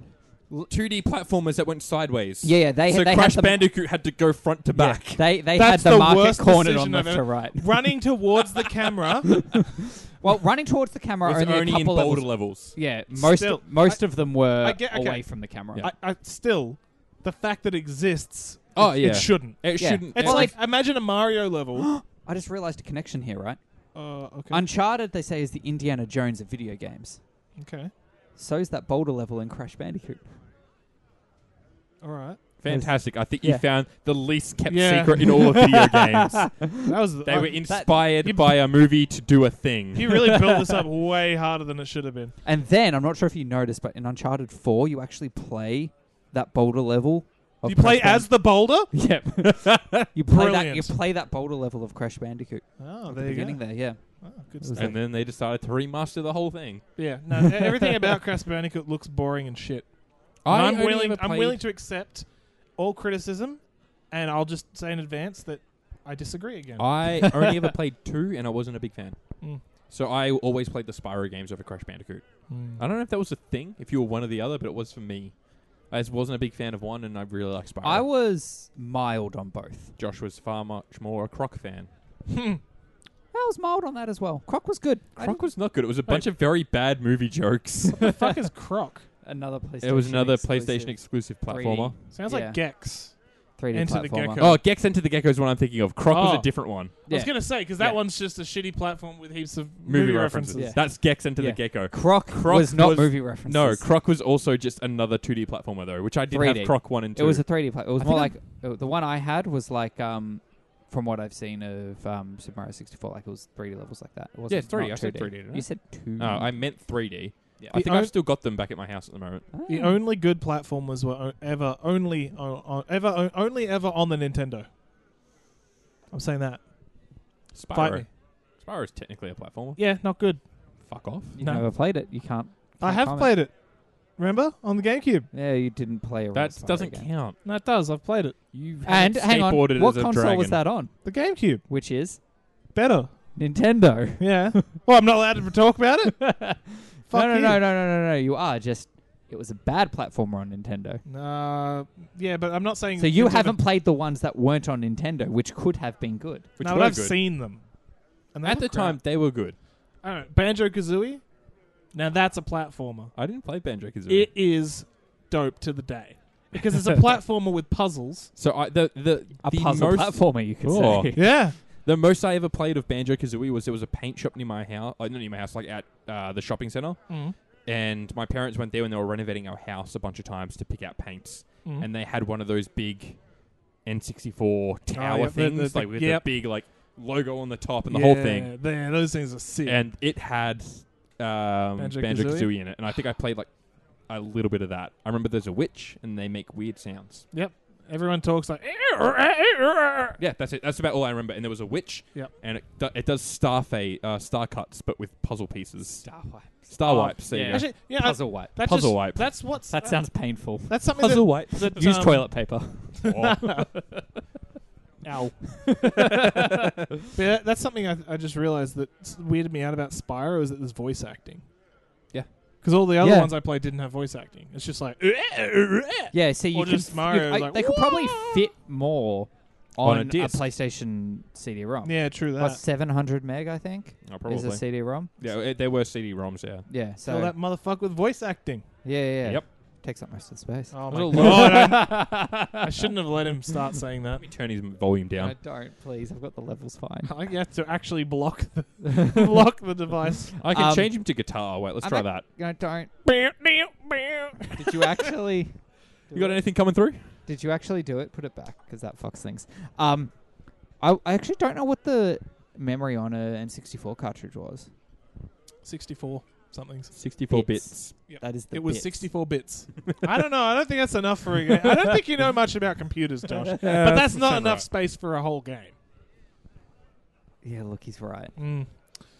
2D platformers that went sideways.
Yeah, yeah they
so
they
Crash
had the,
Bandicoot had to go front to
yeah,
back.
they they
That's
had the,
the
market
worst
cornered on
decision I've
left to
ever-
right.
running towards the camera.
Well, running towards the camera
It's
only,
only
a
in
couple
bolder levels.
levels. Yeah, most
Still,
most of them were
I get- okay.
away from the camera.
Yeah.
I, I still the fact that it exists.
Oh,
it-
yeah.
it shouldn't.
It
Yeah.
shouldn't.
It's
it-
like imagine a Mario [gasps] level.
I just realized a connection here, right?
uh, okay.
Uncharted, they say, is the Indiana Jones of video games.
okay.
So is that boulder level in Crash Bandicoot.
All right.
fantastic. I think you
Yeah.
found the least kept
Yeah.
secret in all of
[laughs]
video games.
That was
They were
[laughs] I-
inspired
you-
by a movie to do a thing.
He really built this up way harder than it should have been.
And then I'm not sure if you noticed, but in Uncharted Four, you actually play that boulder level.
Oh,
Of
you play
Crash [laughs]
as the boulder? [laughs]
Band- Yep. you play that. You
Brilliant.
play that boulder level of Crash Bandicoot.
Oh,
at
there
the
you
beginning
go.
there, yeah.
Oh, good
It was
stuff.
and then they decided to remaster the whole thing.
yeah, no, e- everything about Crash Bandicoot looks boring and shit. And I'm
only
willing.
ever
I'm
played-
willing to accept all criticism, and I'll just say in advance that I disagree again. [laughs]
I only ever played two, and I wasn't a big fan.
Mm.
So I always played the Spyro games over Crash Bandicoot.
Mm.
I don't know if that was a thing, if you were one or the other, but it was for me. I just wasn't a big fan of one, and I really liked Spyro.
I was mild on both.
Josh was far much more a Croc fan.
[laughs]
[laughs]
Hmm.
I was mild on that as well. Croc was good. I
Croc was not good. It was a bunch of very bad movie jokes.
the fuck is Croc?
didn't- another [laughs] PlayStation.
it was another PlayStation
exclusive
exclusive
3D
platformer.
Sounds
Yeah.
like Gex.
3D
Enter the
platformer.
Gecko.
Oh, Gex Enter the Gecko is what I'm thinking of. Croc was
Oh.
a different one.
I was
Yeah.
gonna say because that
Yeah.
one's just a shitty platform with heaps of
Movie, references.
references.
That's Gex Enter
Yeah.
the Gecko.
Croc,
Croc
was not
was-
movie references.
No, Croc was also just another 2D platformer though, which I did have
3D.
Croc one and two.
It was a 3D play. It was
I
more like
think
uh, the one I had was like um, from what I've seen of um, Super Mario 64, like it was 3D levels like that. It wasn't
Yeah, it's 3D.
not
I said
2D.
3D, didn't I?
You said two.
no, Oh, I meant 3D.
Yeah.
I
The
think
on-
I've still got them back at my house at the moment.
Oh.
The only good platformers were o- ever only o- o- ever o- only ever on the Nintendo. I'm saying that.
Spyro.
Fight me.
Spyro is technically a platformer.
Yeah, not good.
Fuck off.
you
no.
never played it. You can't.
I
can't
have
comment.
played it. Remember on the GameCube?
Yeah, you didn't play. a
That
Spyro
doesn't
game.
count.
No, it does. I've played it.
You
And
haven't
hang on,
skateboarded
what
as a
console
dragon.
was that on?
The GameCube.
Which is
Better.
Nintendo.
Yeah. [laughs] well, I'm not allowed to talk about it.
no,
Fuck
no, no,
you.
no, no, no, no. You are just. It was a bad platformer on Nintendo.
Uh, yeah, but I'm not saying.
So you
Nintendo-
haven't played the ones that weren't on Nintendo, which could have been good.
Which
no,
were
but I've
good.
seen them. And they
At the
look
time, they were good.
crap. I don't know. Banjo Kazooie. Now that's a platformer.
I didn't play Banjo Kazooie.
It is dope to the day because it's a platformer with puzzles.
So I, the the
A
the
puzzle
most
platformer, you could
Oh.
say.
Yeah.
the most I ever played of Banjo Kazooie was there was a paint shop near my house, uh, not near my house, like at uh, the shopping center,
Mm.
and my parents went there when they were renovating our house a bunch of times to pick out paints,
Mm.
and they had one of those big N64 tower
Oh, yeah, the-
things,
the- the-
like with
yep.
the big like logo on the top and the whole thing,
Yeah, those things are sick.
and it had um,
Banjo-Kazooie?
Banjo Kazooie in it, and I think I played like a little bit of that. I remember there's a witch and they make weird sounds.
Everyone talks like. "Eh,
Yeah, that's it. That's about all I remember. And there was a witch.
Yep.
And it, do, it does star fa- uh, star cuts, but with puzzle pieces.
Star [laughs]
Star
Oh,
wipes. There you go.
Actually, yeah, I,
Puzzle wipe.
that
Puzzle
just,
wipe.
That's what's
That sounds painful.
That's something um,
Puzzle wipe.
[laughs] that,
[laughs]
that
Use
um,
toilet paper.
Oh.
Ow. But that- that's something I, I just realized that s- weirded me out about Spyro is that there's voice acting.
Yeah.
Because all the other
Yeah.
ones I played didn't have voice acting. It's just like. "Eh,
Yeah, so you
Or
can
just
f- you-
Mario,
I-
like,
they could probably
"Wah!"
fit more
On
on,
a
a,
disc.
PlayStation CD-ROM.
Yeah, true that.
About 700 meg, I think,
Oh,
is a
probably.
CD-ROM.
Yeah, it, there were CD-ROMs.
[laughs]
Yeah.
Yeah, so
Tell that motherfucker with voice acting.
yeah, yeah, yeah.
Yep.
Takes up most of the space.
Oh
Little
my
[laughs]
god.
[laughs]
I, I shouldn't have let him start saying that.
Let me turn his volume down.
don't, please. I've got the levels fine.
[laughs] I have to actually block
[laughs]
the block the device.
I can
Um,
change him to guitar. Wait, let's
I'm
try
ac-
that.
[laughs] No, don't.
That's
Did you [laughs] actually?
You got anything coming through?
Did you actually do it? Put it back because that fucks things. Um, I, I actually don't know what the memory on a N64 cartridge was.
64 somethings.
64
Bits.
bits.
That is the.
It was
bits.
64 bits. I don't know. I don't think that's enough for a game. I don't think you know much about
[laughs]
computers, Josh. but that's not enough space for a whole game.
[laughs] Yeah, look, he's right.
Mm,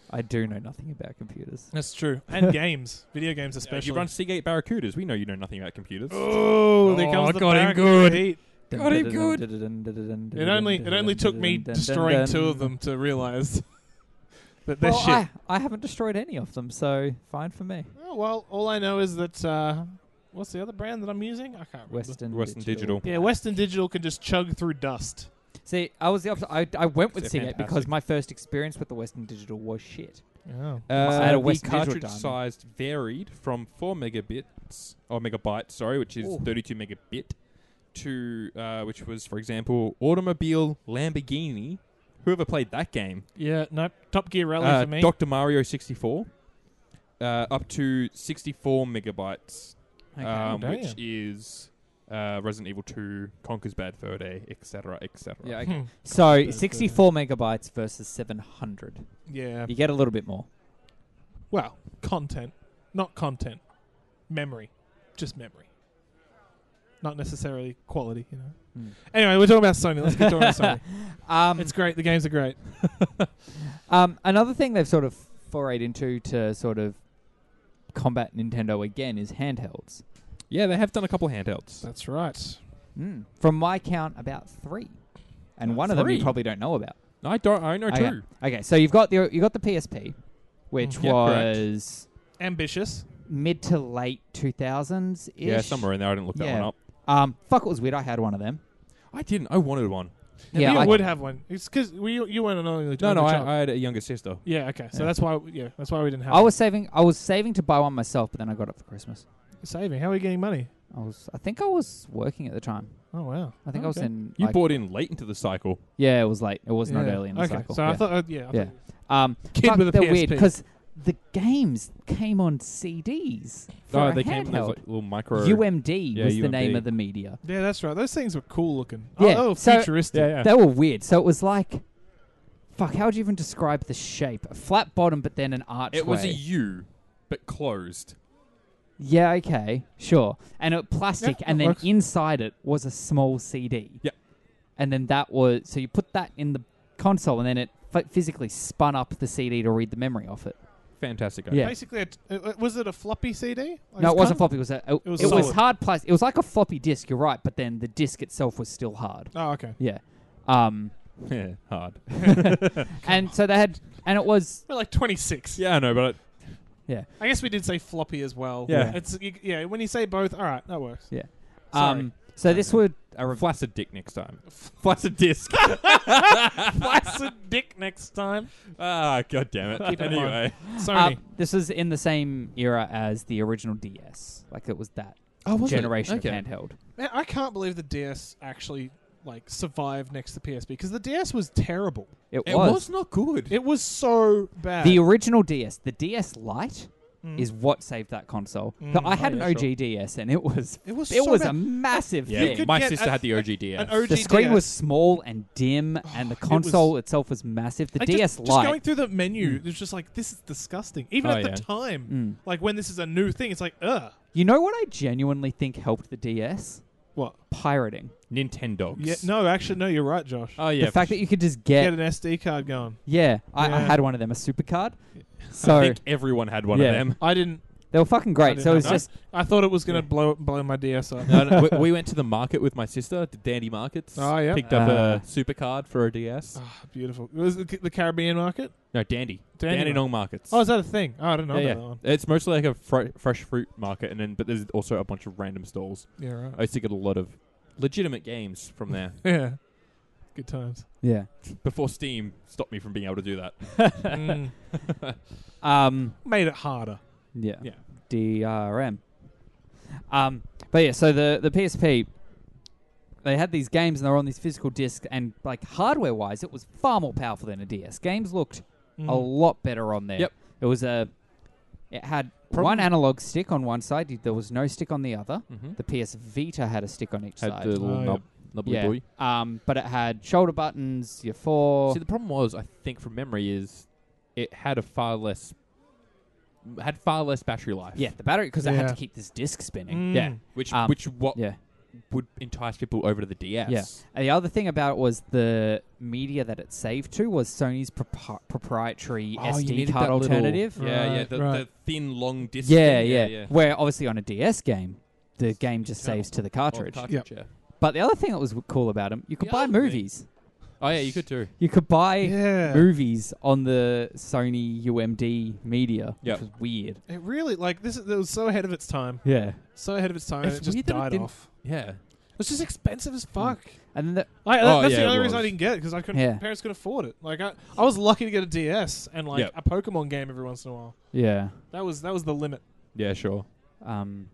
I do know nothing about computers.
that's true.
[laughs]
And games, video games especially.
You run Seagate Barracudas. We know you know nothing about
[laughs]
computers.
oh, there comes
Oh,
the
got him
barracuda
good.
heat.
Got it good.
It only it only took me destroying two of them to realize [laughs] that they're
[laughs] Well,
shit.
I, I haven't destroyed any of them, so fine for me.
Oh, well, all I know is that uh, what's the other brand that I'm using? I can't remember.
Western
Western Digital.
Yeah, Western Digital can just chug through dust.
See, I was the opposite. I, I went with
They're
Seagate because
fantastic.
my first experience with the Western Digital was shit.
Oh.
I had a
Uh, the
Western Digital
cartridge
diamond.
size varied from 4 megabits, or megabytes, sorry, which is
Ooh.
32 megabit, to, uh, which was, for example, Automobile Lamborghini. Whoever played that game?
Yeah, no, Top Gear Rally
Uh,
for me.
Dr. Mario 64. Uh, up to 64 megabytes, um,
damn.
which is uh, Resident Evil 2, Conker's Bad Fur Day, etc., etc.
Yeah, okay.
Hmm.
So
That's
64 megabytes versus 700.
yeah.
You get a little bit more.
Well, content, not content, memory, just memory, not necessarily quality. You know.
Hmm.
Anyway, we're talking about Sony. Let's get talking about
[laughs]
Sony.
Um,
It's great. The games are great.
um, another thing they've sort of forayed into to sort of combat Nintendo again is handhelds.
Yeah, they have done a couple handhelds.
That's right. Hmm.
Mm. From my count, about three, and
Uh,
one of them you
three?
probably don't know about.
I don't. I know
Okay.
two.
Okay, so you've got the you got the PSP, which
Mm.
Yeah, correct.
was
Ambitious.
mid to late 2000s. -ish.
Yeah, somewhere in there. I didn't look that
Yeah.
one up.
Um, fuck, it was weird. I had one of them.
I didn't. I wanted one.
Yeah,
you
I-
would have one. It's because you, you weren't an only
No, no.
only child.
I, I had a younger sister.
yeah. Okay. So
Yeah.
that's why. Yeah. That's why we didn't have.
I
one.
was saving. I was saving to buy one myself, but then I got it for Christmas.
saving. How are we getting money?
I was. I think I was working at the time.
Oh wow.
I think I was
Okay.
in.
You
like-
bought in late into the cycle.
Yeah, it was late. It was not
Yeah.
early in the
okay.
cycle.
So
yeah.
I thought. Uh, yeah. I
Yeah.
thought-
um,
Kid
fuck,
with a
they're weird
PSP.
because the games came on CDs. For
oh,
a
they came in those
handheld.
like, little micro.
UMD
Yeah,
was the name
UMD.
of the media.
Yeah, that's right. Those things were cool looking. Oh,
Yeah,
they were
so-
futuristic.
yeah, yeah.
They were weird. So it was like, fuck. How would you even describe the shape? A flat bottom, but then an archway.
it was a U, but closed.
Yeah, okay, sure. And it plastic,
Yeah,
and
that
then
works.
inside it was a small CD.
Yep.
And then that was so you put that in the console, and then it ph- physically spun up the CD to read the memory off it.
Fantastic.
Yeah.
Basically, a t- uh, was it a floppy CD? Like
no, it
Oh, it's
wasn't
kind
floppy. It was a, it, it was,
was solid.
hard plastic. It was like a floppy disk. You're right, but then the disk itself was still hard.
of- Oh, okay.
Yeah. Um.
[laughs] Yeah, hard.
and so they had, and it was
We're like 26.
Yeah, I know, but
yeah.
I guess we did say floppy as well.
Yeah.
It's you, yeah. When you say both, all right, that works. Sorry.
Um. So this would a
I
rev-
flaccid dick next time. [laughs] Flaccid disc. [laughs]
Placid dick next time.
ah, god damn it.
Keep it in
anyway,
uh,
Sony.
this was in the same era as the original DS. Like it was that
oh,
generation of handheld.
Man, I can't believe the DS actually like survived next to PSP because the DS was terrible.
It,
It
was.
was. not good.
It was so bad.
The original DS, the DS Lite,
Uh, Mm.
is what saved that console.
Mm.
So I
Oh,
had
yeah,
an OG
sure.
DS, and it was
It was
it
so
was
bad.
a massive
yeah,
thing.
could
my
get
sister
a-
had the
a-
OG DS.
an OG
the screen
DS.
was small and dim, and the
Oh, it was-
console itself was massive. The
Like,
DS
just, just
Lite,
going through the menu, it's just like this is disgusting. Even
Oh,
at
yeah.
the time,
Mm.
like when this is a new thing, it's like ugh.
you know what I genuinely think helped the DS
What?
pirating.
Nintendogs.
Yeah, no, actually, no. You're right, Josh.
Oh yeah.
the fact that you could just
Get
get,
an SD card going.
yeah, I, I
Yeah. [laughs]
had one of them, a supercard.
I
So
think everyone had one
Yeah.
of them.
I didn't.
They were fucking great.
didn't
So it was
know.
just
I thought it was gonna
Yeah.
blow blow my DS up.
No, no, we, we went to the market with my sister, to Dandy Markets.
[laughs] Oh, yeah.
Picked up
Uh.
a super card for a DS.
Ah, beautiful. Was it the Caribbean market?
No, Dandy.
Dandy
Dandy, Dandenong Markets.
Oh, is that a thing? Oh, I don't know
yeah, yeah.
about that one.
It's mostly like a fr- fresh fruit market, and then but there's also a bunch of random stalls.
Yeah, right.
I used to get a lot of legitimate games from
[laughs]
there
yeah. Good times.
yeah.
before Steam stopped me from being able to do that. [laughs]
Mm.
Um,
Made it harder.
yeah.
Yeah.
DRM. Um, but yeah, so the the PSP, they had these games and they were on these physical discs, and like hardware wise, it was far more powerful than a DS. Games looked a
Mm.
lot better on there.
Yep.
It was a, it had
Problem-
one analog stick on one side. y- There was no stick on the other.
Mm-hmm.
The PS Vita had a stick on each
Had
side.
the little
Oh, yeah.
nub, nubbly
yeah.
boy.
Um, but it had shoulder buttons. Your four.
See, the problem was, I think from memory, is it had a far less had far less battery life.
yeah, the battery because it had
Yeah.
to keep this disc spinning.
Mm.
yeah, which
Um,
which what
Yeah.
would entice people over to the DS.
Yeah. And the other thing about it was the media that it saved to was Sony's propri- proprietary
Oh, you
SD
needed
card
that little-
alternative.
yeah, yeah,
Right,
the,
right.
the thin long disc.
yeah,
thing,
yeah,
yeah.
Where obviously on a DS game, the game just
Internal.
saves to the
Or
cartridge.
cartridge, yeah.
But the other thing that was w- cool about them, you could
The
buy
other thing.
movies.
Oh yeah, you could too.
You could buy
Yeah.
movies on the Sony UMD media,
Yep.
which was weird.
It really like this. Is, it was so ahead of its time.
Yeah.
So ahead of its time.
It's
and it just
weird that it
died
didn't-
off.
Yeah,
It was just expensive as fuck.
And then the,
Like,
Oh,
that- that's
yeah,
the
it
only reason I
was.
didn't get it because I couldn't.
Yeah.
Parents could afford it. Like I, I was lucky to get a DS and like
Yep.
a Pokemon game every once in a while.
yeah.
That was that was the limit.
yeah, sure.
Um, oh,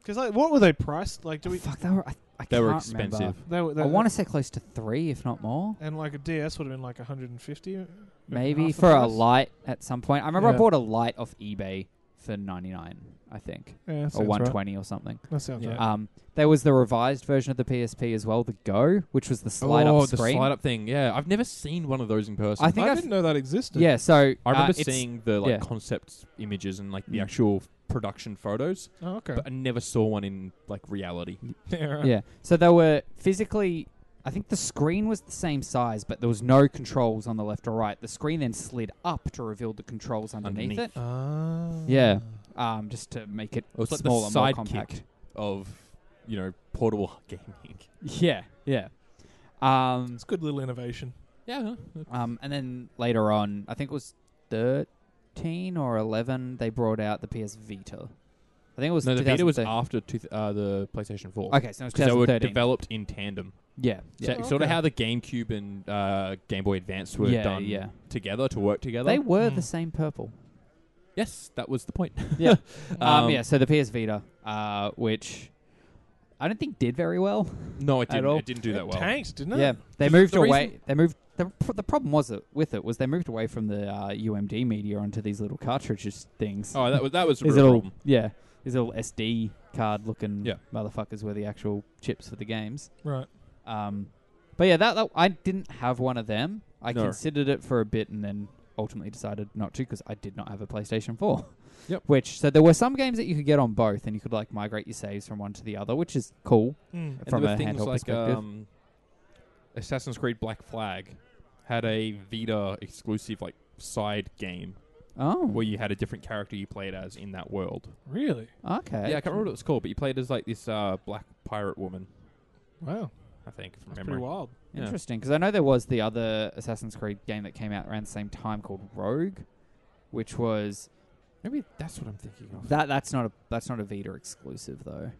Because like, what were they priced? Like, do we?
fuck, they were, I, I
They were
can't remember.
expensive.
They were. They,
I want to say close to three, if not more.
And like a DS would have been like 150. uh,
Maybe
half the
for a
price.
light at some point. I remember I
Yeah.
bought a light off eBay for 99, I think,
Yeah, that sounds
or
right.
120 or something.
That sounds
Yeah.
right.
Um, there was the revised version of the PSP as well, the Go, which was the slide
oh,
up
the
screen.
slide up thing. Yeah, I've never seen one of those in person.
I
I,
think
I
I've-
didn't know that existed.
Yeah, so uh,
remember
it's-
seeing the like
yeah.
concept images and like the
Mm.
actual production photos,
Oh, okay.
but [laughs] I never saw one in like reality.
yeah, right.
Yeah. So they were physically. I think the screen was the same size, but there was no controls on the left or right. The screen then slid up to reveal the controls underneath,
Underneath.
Ah.
Yeah. it, um, just to make it
It was like the
smaller, more
sidekick.
compact. [laughs]
Of you know portable [laughs] gaming.
Yeah, yeah. Um,
It's good little innovation.
Yeah,
um, and then later on, I think it was thirteen or eleven, they brought out the PS Vita. I think it was
no, the Vita was
2013.
after two th- uh, the PlayStation Four
Okay, so it was
because they were
2013.
developed in tandem.
yeah,
So,
yeah.
Oh,
Sort of
okay.
how the GameCube and uh, Game Boy Advance were
Yeah,
done
yeah.
together to work together.
They were the
Mm.
same purple.
yes, that was the point. [laughs]
Yeah. Um,
Um,
yeah, so the PS Vita, uh, which I don't think did very well.
no, it
At
didn't.
all.
It didn't do that Oh, well.
Tanked, didn't it?
Yeah, they
The
moved
reason-
away. they moved. The, pr- the problem was it with it was they moved away from the uh, UMD media onto these little cartridges things.
Oh, that was that was a
these
real
little
problem.
yeah, these little SD card looking
Yeah.
motherfuckers were the actual chips for the games.
Right.
Um, but yeah, that, that I didn't have one of them. I
No.
considered it for a bit and then ultimately decided not to because I did not have a PlayStation 4.
[laughs] Yep.
Which so there were some games that you could get on both and you could like migrate your saves from one to the other, which is cool.
Mm.
And
from
there were
a
things
handheld
like
perspective.
um, Assassin's Creed Black Flag had a Vita exclusive like side game
Oh,
where you had a different character you played as in that world.
Really?
okay.
Yeah, I can't remember what it was called, but you played as like this uh, black pirate woman,
Wow.
I think, from
That's
memory.
pretty wild.
Yeah.
Interesting, because I know there was the other Assassin's Creed game that came out around the same time called Rogue, which was
Maybe that's what I'm thinking of.
that. That's not a that's not a Vita exclusive though.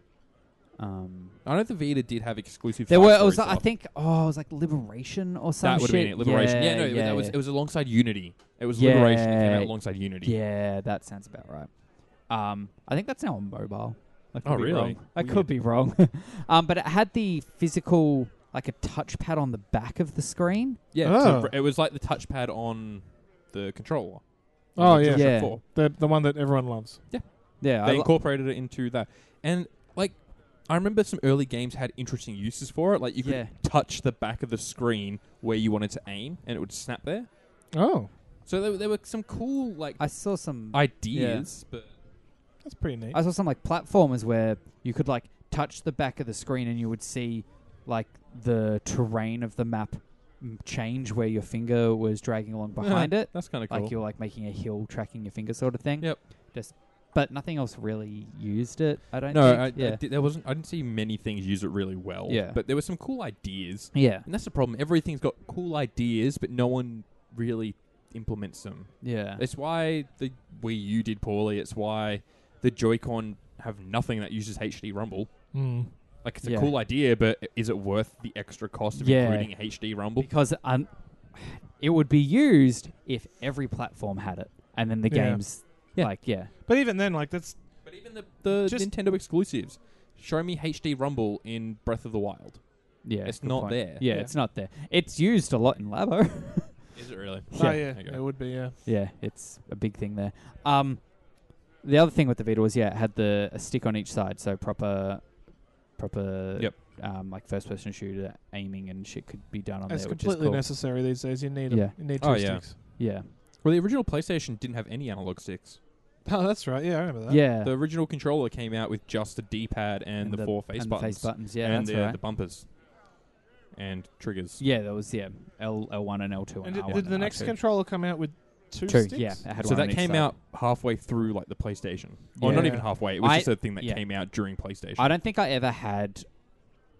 Um,
I know the Vita did have exclusive.
there
side
were. It was
stories
like, I
though.
think. Oh, it was like Liberation or
that
some
would have
shit.
been it. Liberation. Yeah,
Yeah,
no,
yeah,
that was
yeah.
it was alongside Unity. It was Liberation. It came out
Yeah.
alongside Unity.
Yeah, that sounds about right. Um, I think that's now on mobile. I could
Oh,
be
really?
Wrong. I could
Weird.
be wrong. [laughs] um, but it had the physical, like a touchpad on the back of the screen.
Yeah, so
Oh.
fr- it was like the touchpad on the controller.
Oh,
On the
yeah.
PlayStation
Yeah.
4.
The the one that everyone loves.
Yeah, I
They
lo-
incorporated it into that, and like I remember some early games had interesting uses for it. Like you could
Yeah.
touch the back of the screen where you wanted to aim, and it would snap there.
Oh,
So there, there were some cool like
I saw some.
ideas, but
that's pretty neat.
I saw some like platformers where you could like touch the back of the screen and you would see like the terrain of the map m- change where your finger
[laughs]
was dragging along behind it.
that's kind of cool.
Like you're like making a hill tracking your finger sort of thing.
Yep.
Just but nothing else really used it. I don't.
No,
think.
I,
yeah,
I di- there wasn't. I didn't see many things use it really well.
Yeah.
but there were some cool ideas,
yeah,
and that's the problem. Everything's got cool ideas, but no one really implements them.
yeah,
It's why the Wii U did poorly. It's why the Joy-Con have nothing that uses HD Rumble.
Mm.
Like it's a
Yeah.
cool idea, but i- is it worth the extra cost of
Yeah.
including HD Rumble?
because um, it would be used if every platform had it, and then the
Yeah.
games,
Yeah.
like yeah,
But even then, like that's
But even the, the
Just-
Nintendo exclusives. Show me HD Rumble in Breath of the Wild.
yeah,
It's
good
not
point.
there.
Yeah,
Yeah.
it's not there. It's used a lot in Labo.
Is it really?
oh yeah,
There you
it
go. Um,
would be yeah.
yeah, it's a big thing there. Um, the other thing with the Vita was yeah, it had the a stick on each side, so proper, proper.
Yep.
Um, like first person shooter aiming and shit could be done on
It's
there, which is
completely
cool.
necessary these days. You need 'em.
Yeah.
You need two
Oh, yeah.
sticks.
yeah,
Well, the original PlayStation didn't have any analog sticks.
Oh, that's right. Yeah, I remember that.
yeah,
The original controller came out with just the D-pad and, the, four face
and the
buttons,
face buttons. Yeah,
and
that's
the,
right.
the bumpers and triggers.
yeah, that was yeah, L L one and L two
And
and
did,
R one.
did the next controller come out with two,
two,
sticks?
yeah, it had
So
one on
that
each
came
side.
out halfway through like the PlayStation, or
Yeah.
not even halfway. It was
I-
just a thing that
yeah.
came out during PlayStation.
I don't think I ever had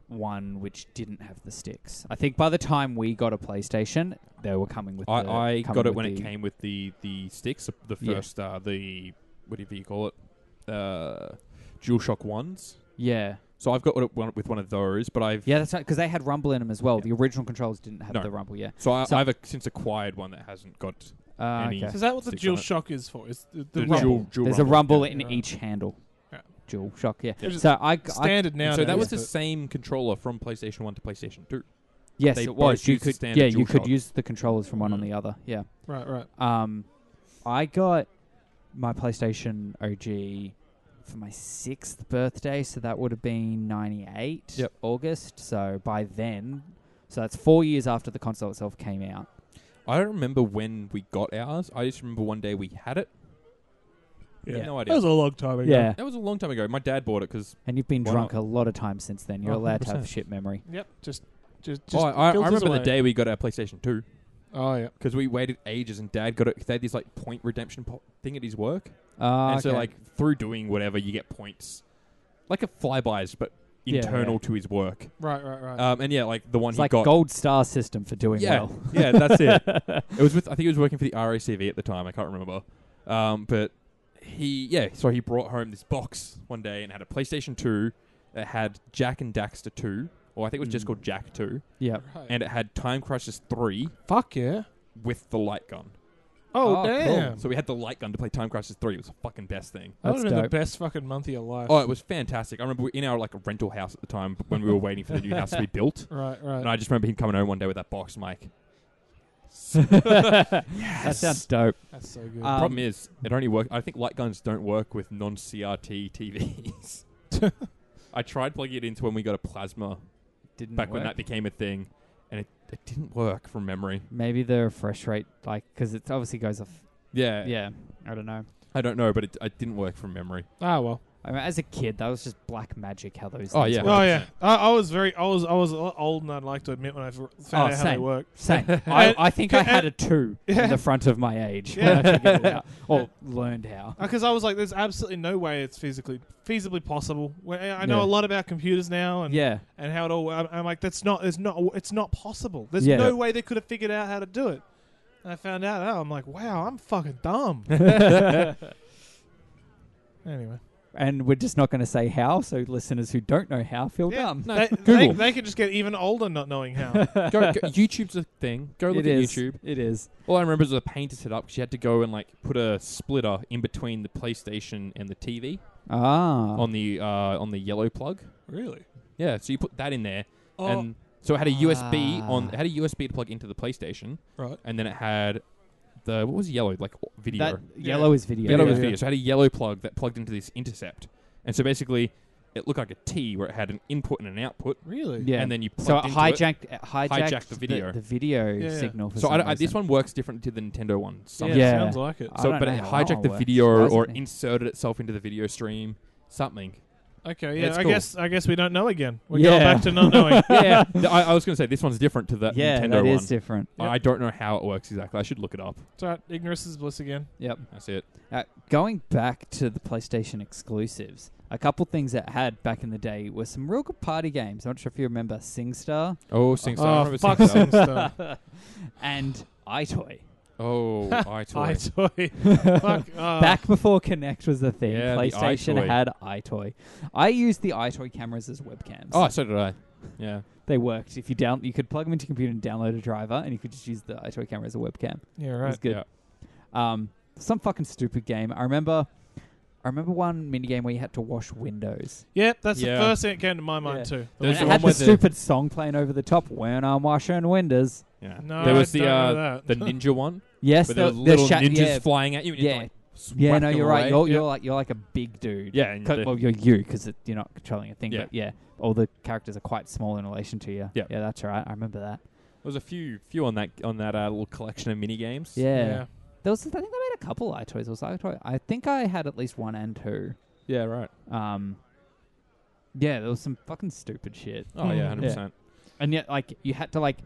one which didn't have the sticks. I think by the time we got a PlayStation, they were coming with. the,
I, I
coming
got it
with
when it
the-
came with the the sticks, the
Yeah.
first uh, the whatever you call it, uh, DualShock ones.
Yeah,
So I've got it one- with one of those, but I've
yeah, that's right. Because they had Rumble in them as well.
Yeah.
The original controls didn't have
No.
the Rumble. Yeah.
so, I,
so-
I've uh, since acquired one that hasn't got
Uh,
Any-
okay.
So is that what the
Sticks on
dual
it.
shock is for? Is the, the
The
rumble.
dual- dual
There's
rumble,
a rumble
yeah.
in
Yeah.
each handle.
Yeah.
Dual shock. Yeah.
There's
So I, I
standard now.
And so that
nowadays,
was the
but-
same controller from PlayStation One to PlayStation Two.
yes,
they
it was.
both
You
use the
could
standard
yeah, you could
DualShock.
use the controllers from one on
Mm.
the other. Yeah.
right, right.
Um, I got my PlayStation OG for my sixth birthday, so that would have been '98
Yep.
August. So by then, so that's four years after the console itself came out.
I don't remember when we got ours. I just remember one day we had it.
Yeah.
No
That
idea.
was a long time ago.
That was a long time ago. My dad bought it because
and you've been
Why
drunk
not?
a lot of times since then. You're
Oh,
allowed to have
100%.
shit memory.
Yep. Just, just,
oh,
just
I, I
filters
remember
away.
the day we got our PlayStation Two
Oh yeah.
because we waited ages and Dad got it. They had this like point redemption po- thing at his work,
Uh,
and so like through doing whatever you get points, like a flybys but
Yeah,
internal
yeah.
to his work.
Right, right, right.
Um, and yeah, like the one
it's
he
like
got.
gold star system for doing
yeah,
well.
[laughs]
[laughs]
yeah, that's it. It was with I think he was working for the RACV at the time. I can't remember, um, but he yeah. So he brought home this box one day and had a PlayStation Two. It had Jack and Daxter Two, or I think it was just
Mm.
called Jack Two,
yeah.
Right.
and it had Time Crisis Three
fuck yeah.
with the light gun.
Oh,
Oh,
damn.
So we had the light gun to play Time Crisis Three. It was the fucking best thing.
That would
That's
have been the
dope.
best fucking month of your life.
Oh, it was fantastic. I remember we- in our like rental house at the time when we were waiting for the new house
[laughs]
to be built,
right, right.
and I just remember him coming home one day with that box, Mike.
[laughs] That sounds dope.
That's so good.
Uh,
Problem
Um,
is, it only work. I think light guns don't work with non-CRT TVs. [laughs] I tried plugging it into when we got a plasma
Didn't
back when
work.
that became a thing, and it, it didn't work from memory.
Maybe the refresh rate, like, because it obviously goes off.
Yeah,
Yeah, I don't know.
I don't know, but it, it didn't work from
[laughs]
memory.
ah well.
I mean, as a kid, that was just black magic. How those.
Oh,
things
yeah.
work.
Oh yeah. I, I was very. I was. I was a lot old, and I'd like to admit when I f- found out how they
Oh, same.
work.
[laughs]
Same. I,
And-
I think I had a two
Yeah.
in the front of my age
Yeah.
when I figured
[laughs]
it out or learned how.
Because Uh, I was like, there's absolutely no way it's physically feasibly possible. Well, I I know
Yeah.
a lot about computers now, and [laughs]
Yeah, [laughs]
and how it all. I'm, I'm like, that's not. It's not. It's not possible. There's
Yeah.
no way they could have figured out how to do it. And I found out. Oh, I'm like, wow, I'm fucking dumb.
[laughs]
anyway,
and we're just not going to say how, so listeners who don't know how feel
Yeah,
dumb.
they, they,
Google.
they could just get even older not
[laughs]
knowing how.
go, go, YouTube's a thing. Go
It
look at
is.
YouTube.
It is.
All I remember is a painter set up. She had to go and like put a splitter in between the PlayStation and the TV
Ah,
on the uh, on the yellow plug.
[laughs] really?
Yeah, so you put that in there,
Oh,
and so it had a USB on.
Ah.
It had a USB to plug into the PlayStation.
right.
and then it had the what was yellow like o- video.
that
Yeah.
yellow is video.
yellow
yeah,
was
yeah.
video. So it had a yellow plug that plugged into this intercept, and so basically it looked like a T where it had an input and an output,
Really?
Yeah.
and then you plugged
So it
into it.
hijacked, it hijacked,
Hijacked the video.
the, video
Yeah, yeah.
signal. For
So
some
I, I, this
reason.
one works different to the Nintendo one. Somehow.
it
Yeah.
Sounds like it.
I
So,
don't
but
know
it
how that
hijacked the [laughs]
one works.
video or
Surprisingly.
inserted itself into the video stream. Something.
Okay, yeah.
It's
I
cool.
guess I guess we don't know again. We're going
Yeah.
back to
[laughs]
not knowing.
[laughs] yeah,
Th- I, I was going to say this one's different to that
yeah,
Nintendo one.
that is different.
I don't know how it works exactly. I should look it up.
It's alright, ignorance is bliss again.
Yep.
That's it.
Uh, going back to the PlayStation exclusives, a couple things that had back in the day were some real good party games. I'm not sure if you remember SingStar
Oh, SingStar. I
Oh,
remember
fuck
SingStar.
SingStar.
[laughs] and
[laughs]
iToy.
Oh,
Hi,
iToy.
[laughs] toy. Fuck. Uh,
Back before Connect was the thing,
Yeah, the
PlayStation
iToy.
had iToy. I used the iToy cameras as webcams.
Oh, so did I. Yeah.
They worked. If you down, you could plug them into your computer and download a driver, and you could just use the iToy camera as a webcam.
Yeah,
It was
[laughs] right.
good. Um, some fucking stupid game. I remember. I remember one mini game where you had to wash windows.
Yep, that's
Yeah.
the first thing that came to my mind
Yeah.
too.
There's the
and it
one
had the
where the-
stupid song playing over the top when I'm washing windows.
Yeah.
No,
there
I
was the
don't know
uh,
[laughs] that.
the ninja
[laughs]
one,
Yes,
where
the,
there were little
shat-
ninjas
yeah,
flying at you. And
Yeah.
yeah, like,
yeah,
whack
no,
them
you're
away.
right. You're,
Yeah.
you're like you're like a big dude.
yeah, and
'Cause-
the-
well, you're you because you're not controlling a thing.
Yeah.
But yeah, all the characters are quite small in relation to you.
Yeah.
yeah, that's right. I remember that.
there was a few few on that on that uh, little collection of mini games.
Yeah.
Yeah.
there was. I think they made a couple iToys. It was iToy. I think I had at least one and two.
yeah, right.
Um, yeah, there was some fucking stupid shit.
Oh
Mm.
yeah, hundred
Mm. Yeah.
percent.
and yet like you had to like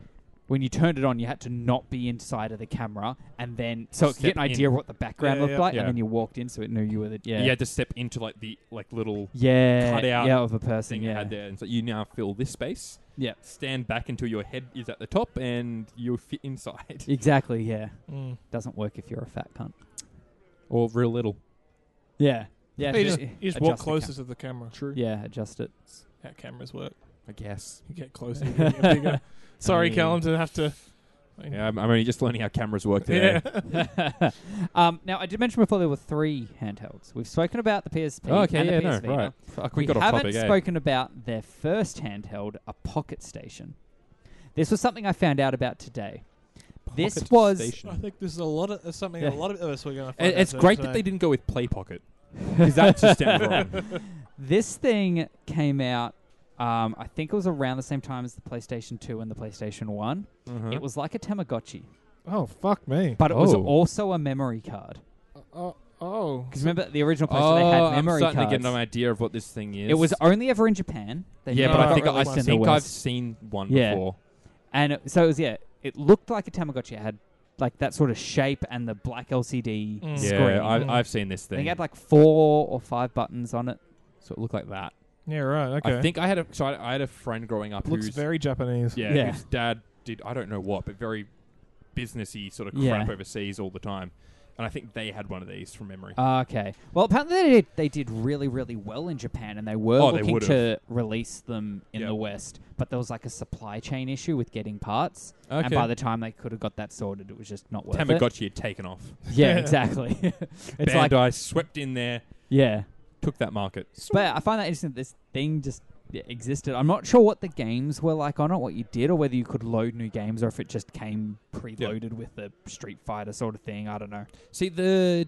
when you turned it on you had to not be inside of the camera and then so it could
Step
get an
in.
idea of what the background
Yeah,
looked
yeah,
like
yeah.
and then you walked in so it knew you were the yeah
You had to step into like the like little
yeah
cut out
yeah of a person
thing
yeah
you had there, and so you now fill this space.
Yeah.
Stand back until your head is at the top, and you'll fit inside.
exactly yeah
Mm.
doesn't work if you're a fat cunt
[laughs] Or real little.
yeah yeah to-
you just, you just walk
adjust the
closer to the camera.
True.
cam- yeah adjust it
How cameras work.
I guess.
You get
[laughs]
closer. You get bigger. Sorry,
Yeah.
Callum, to have to.
Mm.
Yeah, I'm, I'm only just learning how cameras work today.
[laughs] Yeah.
[laughs] um, now I did mention before there were three handhelds we've spoken about the PSP
Oh, okay,
and
yeah,
the
no,
PS Vita
right. Fuck, we,
we
got off
haven't
topic. eh?
spoken about their first handheld, a pocket station. This was something I found out about today. this
Pocket
was-
Station.
I
[laughs]
think this is a lot of there's something
Yeah.
a lot of us we're going to.
And it's great that they didn't go with Play Pocket. Because that's
[laughs]
just down wrong.
This thing came out. Um, I think it was around the same time as the PlayStation 2 and the PlayStation one It was like a Tamagotchi,
Oh fuck me.
but it was
Oh.
also a memory card.
Oh, oh.
Because remember, the original PlayStation
Oh,
they had
I'm
memory
starting
cards.
to get an idea of what this thing is.
it was only ever in Japan. They
yeah,
never
but I
got
think, I
released in the
think I've
West.
seen one
Yeah.
before.
And it, so it was, yeah, it looked like a Tamagotchi. It had like that sort of shape and the black LCD
Mm.
screen.
Yeah,
Mm.
I, I've seen this
I think
thing.
it had like four or five buttons on it.
so it looked like that.
Yeah, right. Okay.
I think I had a so I, I had a friend growing up
looks
who's
very Japanese.
yeah,
Yeah.
whose dad did I don't know what, but very businessy sort of crap
Yeah.
overseas all the time. And I think they had one of these from
Uh,
memory.
Ah, Okay. Well, apparently they did, they did really, really well in Japan, and they were
Oh, they
looking
would've.
to release them in
Yep.
the West. But there was like a supply chain issue with getting parts,
okay.
and by the time they could have got that sorted, it was just not worth it.
Tamagotchi had taken off. [laughs]
Yeah, exactly. [laughs] it's
Bandai
like
swept in there,
yeah,
took that market.
but I find that interesting. That this thing just yeah, existed. I'm not sure what the games were like on it, what you did, or whether you could load new games, or if it just came preloaded with the Street Fighter sort of thing. I don't know.
See, the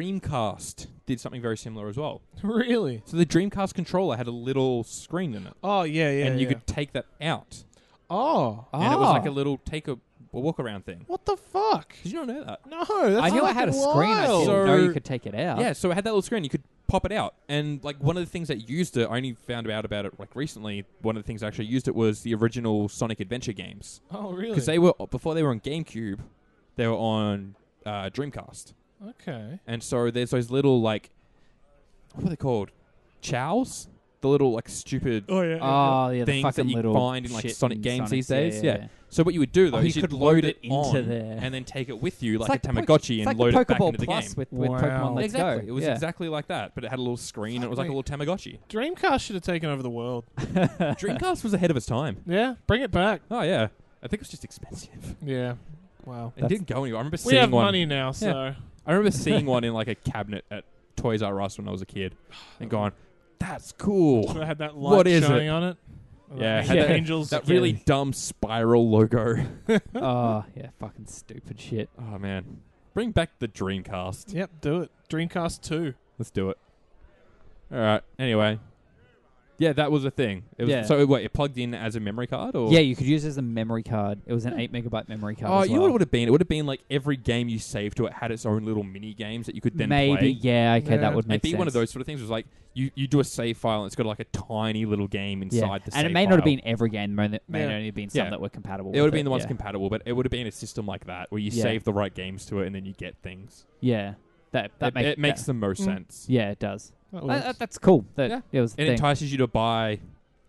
Dreamcast did something very similar as well.
[laughs] really.
So the Dreamcast controller had a little screen in it,
Oh yeah, yeah.
and you
yeah.
could take that out,
Oh,
and it was like
Ah.
a little take a, a walk around thing.
what the fuck?
Did you not know that?
No, that's
I knew I
fucking
had a screen. I
wild.
didn't
So-
know you could take it out.
Yeah, so it had that little screen. You could pop it out, and like one of the things that used it, I only found out about it like recently. One of the things that actually used it was the original Sonic Adventure games
oh really?
because they were before they were on GameCube, they were on uh, Dreamcast,
okay.
and so there's those little like what are they called? Chows, the little like stupid
Oh yeah.
Oh, yeah, the
Things that
fucking
you
little
find in, like,
shit
Sonic
in
games these
Sonic's,
days, yeah. So what you would do though
Oh,
is
you
you
could
could
load
load,
it
it
into
on
there.
and then take it with you
It's
like, a
Poke-
Tamagotchi
it's
and
like
load
the
it back
Pokeball
into the
Plus
game.
With, with
Wow.
Pokemon Let's
exactly,
Go.
it was
yeah.
exactly like that, but it had a little screen. and It was like a
Wait.
little
[laughs]
Tamagotchi.
Dreamcast should have taken over the world.
Dreamcast was ahead of its time.
Yeah, bring it back.
Oh yeah, I think it was just expensive.
Yeah. Wow.
It
That's-
didn't go anywhere. I remember
We
seeing
have
one.
money now, so
I remember
[laughs]
seeing one in like a cabinet at Toys R Us when I was a kid,
Oh.
and going, "That's cool."
should have had that light
What is
shining on it. And
Yeah,
the
had that-
angels.
That really dumb spiral logo.
oh, yeah, fucking stupid shit.
Oh man, bring back the Dreamcast.
Yep, do it. Dreamcast two.
Let's do it. All right. Anyway, Yeah, that was a thing. It was,
Yeah.
So wait, it plugged in as a memory card, or
Yeah, you could use it as a memory card. It was an eight megabyte memory card.
Oh,
as
you know what
well.
it would have been? It would have been like every game you saved to it had its own little mini games that you could then
Maybe
play.
yeah. Okay,
Yeah.
that would make
It'd be
sense.
one of those sort of things. Was like you, you do a save file and it's got like a tiny little game
Yeah.
inside the.
and it
save
may not have
file.
been every game. May, may
Yeah.
only have been some
Yeah.
that were compatible.
It would
with
have been the ones
yeah.
compatible, but it would have been a system like that where you
Yeah.
save the right games to it and then you get things.
yeah, that that
It,
make-
it makes
that-
the most
Mm.
sense.
yeah, it does.
That
Uh,
works.
uh, that's cool. That
Yeah.
it was the
It
thing.
entices you to buy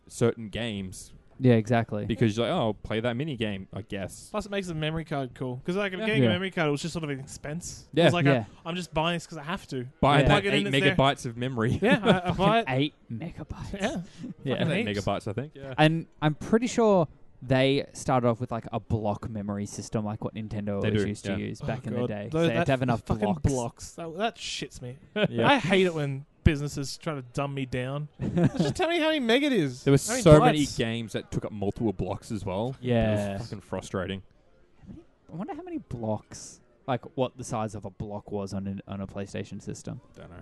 certain games
yeah, exactly.
because you're like, oh, I'll play that mini game, I guess.
Plus, it makes the memory card cool because like
Yeah.
getting
Yeah.
a memory card was just sort of an expense.
Yeah.
it was like
Yeah.
I, I'm just buying this because I have to.
Buy
Yeah.
that
Plug it
eight
in, it's there.
megabytes of memory.
[laughs]
[laughs]
Yeah, I, I
[laughs]
buy it.
Eight megabytes. [laughs]
Yeah,
Yeah.
Eight
heaps.
megabytes, I think. Yeah.
And I'm pretty sure they started off with like a block memory system, like what Nintendo
They
always
do,
used
yeah.
to use
Oh,
back in the
God.
day.
Though
so they had
that
to have enough
fucking
blocks. [laughs]
That, that shits me.
Yeah.
I hate it when businesses try to dumb me down. [laughs] just tell me how many meg it is.
There were
How
so many
bytes.
games that took up multiple blocks as well. It
Yeah.
was fucking frustrating.
I wonder how many blocks, like what the size of a block was on an, on a PlayStation system.
Don't know.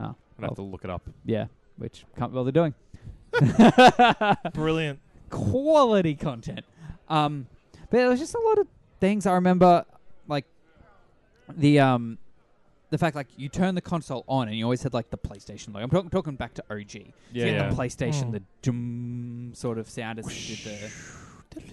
Oh,
I'd have to look it up.
yeah, which can't be
[laughs]
bother doing.
Brilliant.
Quality content. Um, but there was just a lot of things I remember, like the um, the fact like you turn the console on and you always had like the PlayStation. Like I'm talking talking back to OG.
Yeah,
you
yeah.
had the PlayStation,
Hmm.
Mm.
the dum sort of sound as it did the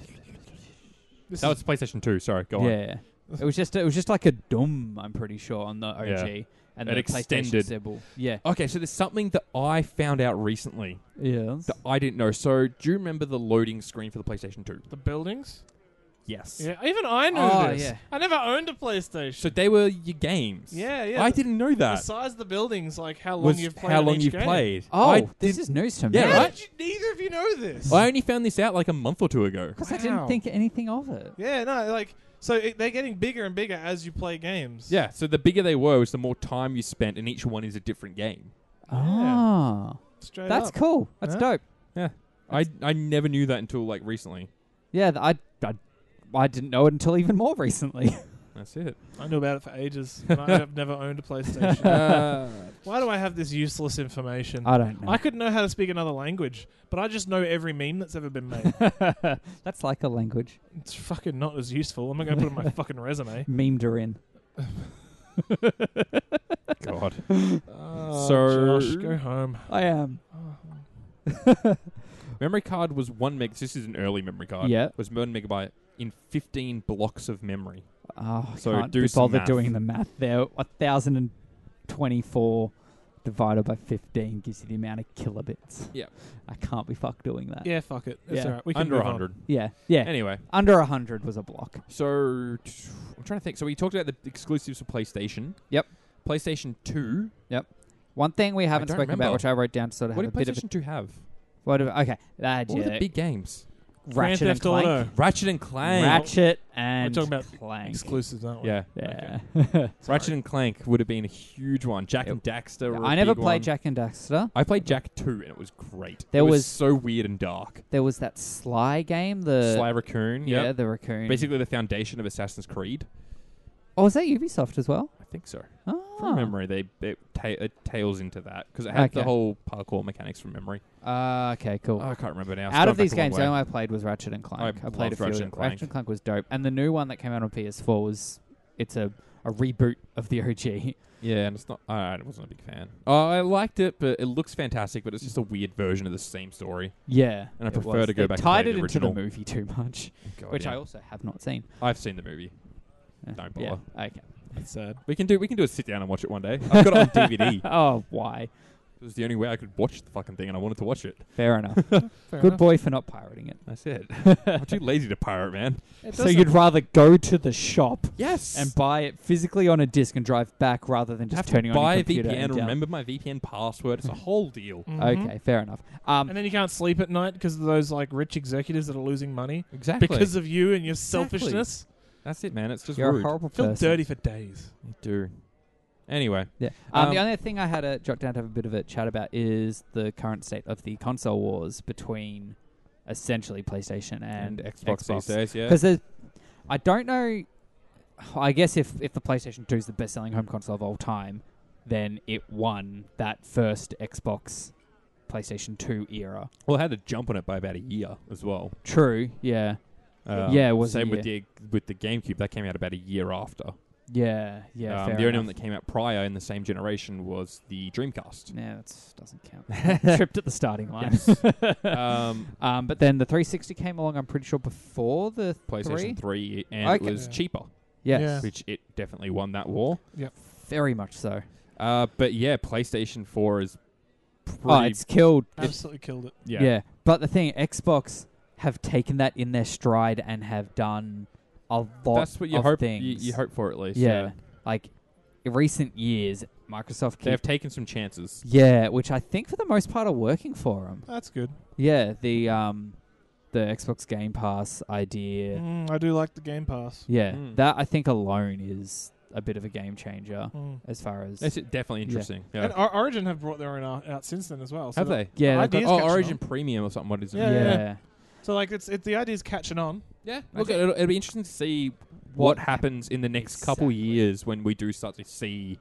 This
That was
is-
PlayStation 2, sorry, go on.
yeah. It was just it was just like a dum. I'm pretty sure on the OG
Yeah.
and
It
the
extended.
PlayStation symbol. Yeah,
Okay, so there's something that I found out recently
yeah.
that I didn't know. So, do you remember the loading screen for the PlayStation 2?
the buildings.
Yes.
Yeah, even I knew
Oh,
this.
yeah.
I never owned a PlayStation.
So, they were your games.
yeah, yeah.
I
the,
didn't know
the
that.
size of the buildings, like how long
was
you've played.
how
on
long
each
you've
game.
played.
Oh,
I
this
did-
is news to me.
Yeah,
How
right?
did you, neither of you know this?
I only found this out like a month or two ago.
Because I didn't
Wow.
think anything of it.
yeah, no, like so it, they're getting bigger and bigger as you play games.
Yeah, so the bigger they were, was the more time you spent, and each one is a different game.
Ah,
straight
that's
up.
cool. That's
Yeah.
dope.
I, I never knew that until like recently.
Yeah, th- I, I, I didn't know it until even more
[laughs]
recently.
That's it.
I knew about it
[laughs]
for ages. and I've never owned a PlayStation.
Uh,
Why do I have this useless information?
I don't know.
I couldn't know how to speak another language, but I just know every meme that's ever been made.
[laughs] that's like a language.
it's fucking not as useful. I'm not going to
[laughs]
put it on my fucking resume.
Memed her in.
God.
Oh,
So-
Josh, go home.
I um, am.
Oh.
Memory card was one meg. This is an early memory card.
Yeah.
was one megabyte in fifteen blocks of memory.
Oh, I
So
can't
do
be
some
bothered
math.
doing the math there. 1,024 divided by 15 gives you the amount of kilobits.
Yeah.
I can't be fucked doing that.
Yeah, fuck it. It's
Yeah.
alright. We can
Under
move on.
hundred.
Yeah. yeah.
Anyway,
Under 100 was a block.
so t- I'm trying to think. So we talked about the exclusives for PlayStation.
Yep.
PlayStation Two.
One thing we haven't
don't
spoken about,
remember.
which I wrote down to sort of
What
have
did
a bit of a.
PlayStation Two have?
What of, okay. That,
What were
yeah.
the big games?
Grand
Ratchet and
Theft
Clank.
Auto
Ratchet and Clank.
Ratchet and
talking about
Clank.
exclusives, aren't we?
yeah.
Yeah. [laughs]
Ratchet and Clank would have been a huge one. Jack
It-
and Daxter. were a
I never
big
played
one.
Jack and Daxter.
I played Jack Two and it was great.
There
it was,
was-
so weird and dark.
There was that Sly game, the.
Sly Raccoon.
yeah,
Yeah.
the raccoon.
Basically the foundation of Assassin's Creed.
Oh, was that Ubisoft as well?
I think so.
Oh.
From memory, they it, ta- it tails into that because it had the
Okay.
whole parkour mechanics from memory.
Uh, okay, cool.
Oh, I can't remember now. It's
Out
gone
of these
back a long
games, the
way.
only I played was Ratchet and Clank.
I
I, played
love
a
Ratchet
few. Ratchet
and
and,
Clank.
Ratchet and Clank was dope, and the new one that came out on PS4 was it's a, a reboot of the OG.
yeah, and it's not. I, I wasn't a big fan. Oh, I liked it, but it looks fantastic. But it's just a weird version of the same story.
[laughs] Yeah,
And I
it
prefer
was.
to go
They
back and
Tied
play
it
the
into
original.
the movie too much,
God,
which I
yeah.
also have not seen.
I've seen the movie.
Uh,
Don't
yeah, Okay.
That's sad.
We can do. We can do a sit down and watch it one day. I've got it on
[laughs]
DVD. It
oh, why?
was the only way I could watch the fucking thing, and I wanted to watch it.
Fair enough.
Fair
Good
enough.
boy for not pirating it.
That's it. [laughs] I'm
[laughs]
too lazy to pirate, man.
It
So
doesn't-
you'd rather go to the shop
Yes.
and buy it physically on a disc and drive back rather than just
have to
turning
buy
on
a
your computer
VPN.
and down-
Remember my VPN password. It's a whole deal.
Mhm.
Okay, fair enough. Um,
And then you can't sleep at night because of those like rich executives that are losing money
Exactly.
because of you and your
Exactly.
selfishness.
that's it, man. It's just
you're
rude.
a horrible
Feel
person.
dirty for days.
You do. Anyway,
Yeah. Um,
Um,
the only thing I had a jot down to have a bit of a chat about is the current state of the console wars between essentially PlayStation and,
Xbox, these days, yeah.
Because I don't know. I guess if, if the PlayStation 2 is the best selling home console of all time, then it won that first Xbox PlayStation 2 era.
Well, I had to jump on it by about a year as well.
True. Yeah.
Uh,
Yeah, it was a
same with the with the GameCube that came out about a year after.
Yeah. Yeah.
um,
fair
the only
enough.
one that came out prior in the same generation was the Dreamcast.
Yeah, that doesn't
[laughs]
count. [laughs] Tripped at the starting line. [laughs]
um,
um, but then the 360 came along. I'm pretty sure before the
PlayStation 3,
three.
and
Okay.
it was
Yeah.
cheaper,
Yes.
Yeah.
which it definitely won that war.
Very much so.
Uh, but yeah, PlayStation 4 is pretty.
Oh, it's killed.
Absolutely killed it.
yeah.
But the thing, Xbox have taken that in their stride and have done a lot.
That's what you
of
hope. You,
Things.
you hope for at least.
Yeah.
Yeah,
Like in recent years, Microsoft. Keep,
they've taken some chances.
yeah, which I think for the most part are working for them.
That's good.
Yeah, the um, the Xbox Game Pass idea.
Mm, I do like the Game Pass.
Yeah,
Mm.
that I think alone is a bit of a game changer
Mm.
as far as
That's definitely interesting. Yeah.
And O- Origin have brought their own out, out since then as well. So
Have
the-
they?
yeah,
I
they've got-
did- Ideas
oh,
catching
Origin Premium or something. What is it?
Yeah,
yeah,
yeah. So like it's it, the idea's catching on.
Yeah,
I
look,
think-
it'll, it'll be interesting to see
What
what happens in the next couple
Exactly.
years when we do start to see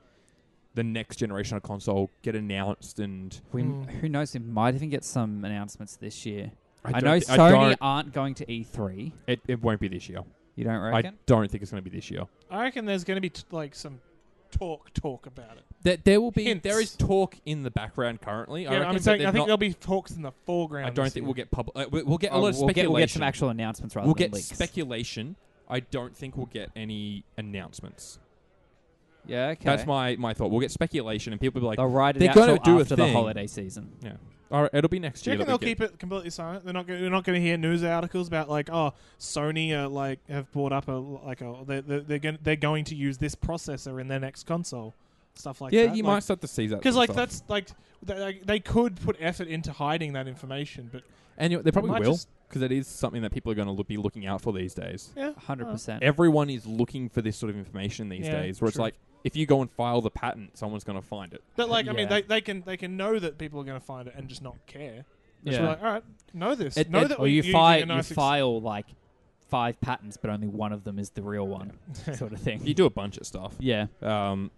the next generation of console get announced. And
We,
Mm.
who knows? We might even get some announcements this year. I,
don't
know
thi- I
Sony
don't-
aren't going to E E3.
it, it won't be this year.
You don't
I
reckon?
don't think it's going to be this year.
I reckon there's going to be t- like some talk talk about it.
There, there will be.
Hints.
There is talk in the background currently. I
yeah,
reckon,
I'm
but
saying
they've
I think
not-
there'll be talks in the foreground.
I don't
this
think
year.
we'll get public. Uh, we- we'll get a
Oh,
lot of
we'll get,
speculation.
we'll get some actual announcements rather
We'll
than
get
leaks.
speculation. I don't think we'll get any announcements.
yeah, okay.
That's my, my thought. We'll get speculation, and people will be like,
They'll write it
They're
out
gonna
till
do a
after the
thing.
holiday season.
"All right, it'll be next
Do you
year."
reckon
that
they'll
we get-
keep it completely silent? They're not. Gonna, you're not going to hear news articles about like, oh, Sony are like have bought up a like a they're they're, they're, gonna, they're going to use this processor in their next console, stuff like
yeah,
that.
you might start to see that
because
sort
like
of stuff.
that's like they, like they could put effort into hiding that information, but
and you know, they probably
might
will
just-
because it is something that people are going to look, be looking out for these days.
yeah,
Hundred percent.
Everyone is looking for this sort of information these
Yeah,
days, where it's
true.
like if you go and file the patent, someone's going to find it.
But like, I
Yeah.
mean, they, they can they can know that people are going to find it and just not care. Just be
Yeah.
like, all right, know this.
It-
know
it-
that
Or
we're
you
using
file
a nice
you
ex-
file like five patents, but only one of them is the real [laughs] one, sort of thing.
You [laughs] do a bunch of stuff.
yeah,
Um,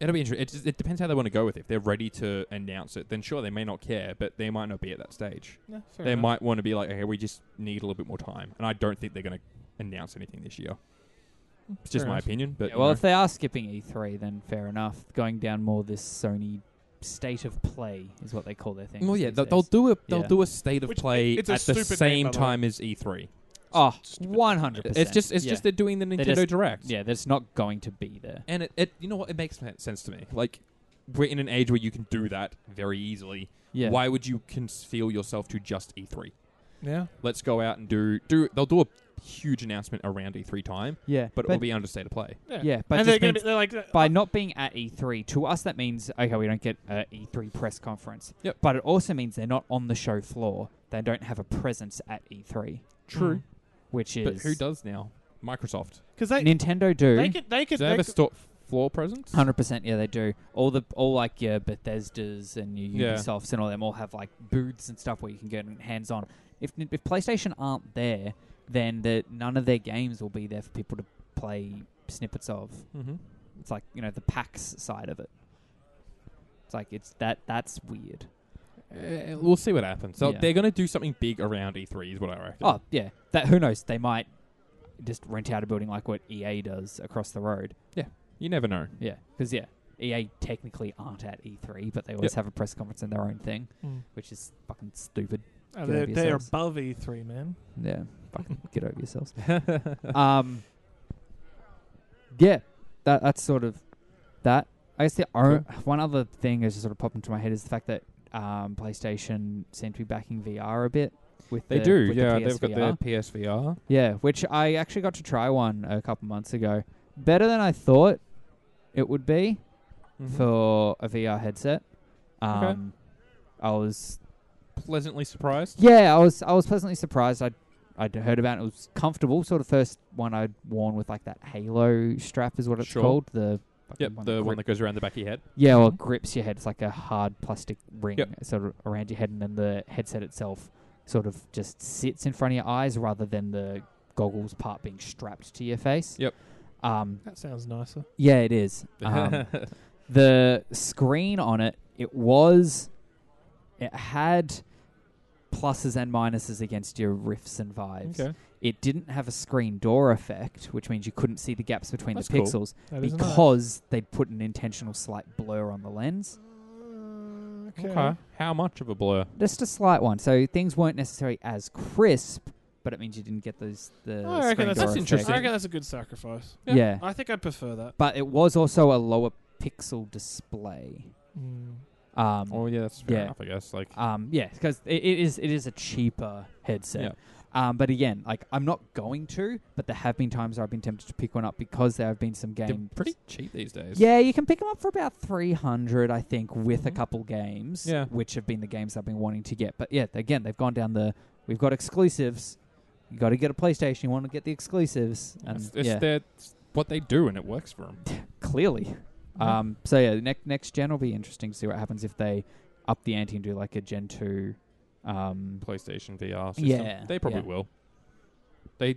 it'll be interesting. It, just, it depends how they want to go with it. If they're ready to announce it, then sure, they may not care, but they might not be at that stage.
Yeah, fair
they
enough.
might want to be like, okay, we just need a little bit more time. And I don't think they're going to announce anything this year. It's just
Fair
my
enough.
opinion, but
Yeah,
you
well,
know.
if they are skipping E3, then fair enough. Going down more this Sony state of play is what they call their thing.
Well, yeah, they'll, they'll do a they'll
Yeah.
do a state of
Which-
play
it's a
at the
stupid
same
name, by the way.
time as E3.
oh, one hundred percent.
It's just it's just they're doing the
They're
Nintendo
just-
Direct.
yeah, that's not going to be there.
and it, it you know what it makes sense to me. Like we're in an age where you can do that very easily.
Yeah,
Why would you conceal yourself to just E E3?
Yeah,
Let's go out and do do. They'll do a huge announcement around E3 time,
yeah,
but, it will be under state of play.
yeah,
yeah, but just
and they're going to
means
be they're like,
by not being at E3 to us that means okay, we don't get a E3 press conference.
Yep.
But it also means they're not on the show floor. They don't have a presence at E3,
True.
which is
but who does now? Microsoft.
because uh, they
Nintendo do.
they could they
Do
could
they
they
have a
could-
store floor presence?
Hundred percent, yeah, they do. All the all like your Bethesdas and your
Yeah.
Ubisofts and all them all have like booths and stuff where you can get hands on. If if PlayStation aren't there, then the, none of their games will be there for people to play snippets of.
Mm-hmm.
It's like you know the PAX side of it. It's like it's that that's weird.
Uh, we'll see what happens. So
Yeah.
they're going to do something big around E3, is what I reckon.
Oh yeah, that who knows? They might just rent out a building like what EA does across the road.
You never know.
Yeah, because yeah, EA technically aren't at E3, but they
Yep.
always
Hmm.
have a press conference and their own thing,
Mm.
which is fucking stupid.
Oh,
Get
they're,
over
they're
yourselves.
above E3, man.
Yeah, [laughs] fucking get over
[laughs]
yourselves. Um, yeah, that that's sort of that. I guess the o- one other thing that's just sort of popped into my head is the fact that um, PlayStation seem to be backing VR a bit. With
They
the-
do,
with the
yeah. they've got
PSVR.
their PSVR.
yeah, which I actually got to try one a couple months ago. Better than I thought it would be for a VR headset.
Mm-hmm. Okay.
Um, I was
pleasantly surprised.
Yeah, I was I was pleasantly surprised. I I'd heard about it. it was comfortable, sort of first one I'd worn with like that halo strap is what it's
Sure.
called. The fucking
Yep, the one
grip-
that goes around the back of your head.
yeah, well,
Mhm.
it grips your head. It's like a hard plastic ring
Yep.
sort of around your head, and then the headset itself sort of just sits in front of your eyes rather than the goggles part being strapped to your face.
Yep.
Um,
That sounds nicer.
yeah, it
[laughs]
Um, is. Um, the screen on it, it was it had pluses and minuses against your riffs and vibes.
Okay.
It didn't have a screen door effect, which means you couldn't see the gaps between
That's
the
cool.
pixels
That is nice.
because they'd put an intentional slight blur on the lens.
Okay.
Okay. How much of a blur?
Just a slight one. So things weren't necessarily as crisp, but it means you didn't get those the
Oh, I reckon
screen door
that's,
That's
Oh, effect.
interesting.
I reckon that's a good sacrifice.
Yeah.
yeah.
I think I prefer that.
But it was also a lower pixel display. Um,
Oh yeah, that's fair
Yeah.
enough. I guess like
Um, yeah, because it, it is it is a cheaper headset. Um, but again, like I'm not going to, but there have been times where I've been tempted to pick one up because there have been some
they're
games.
pretty cheap these days.
Yeah, you can pick them up for about three hundred, I think, with a
Mhm.
couple games.
Yeah.
which have been the games I've been wanting to get. But yeah, again, they've gone down the we've got exclusives. You got to get a PlayStation. You want to get the exclusives, and
it's, it's
yeah,
their it's what they do, and it works for them.
clearly.
Mm-hmm.
Um, so yeah, next next gen will be interesting to see what happens if they up the ante and do like a Gen two. Um,
PlayStation VR system.
Yeah,
they probably
yeah.
will. They,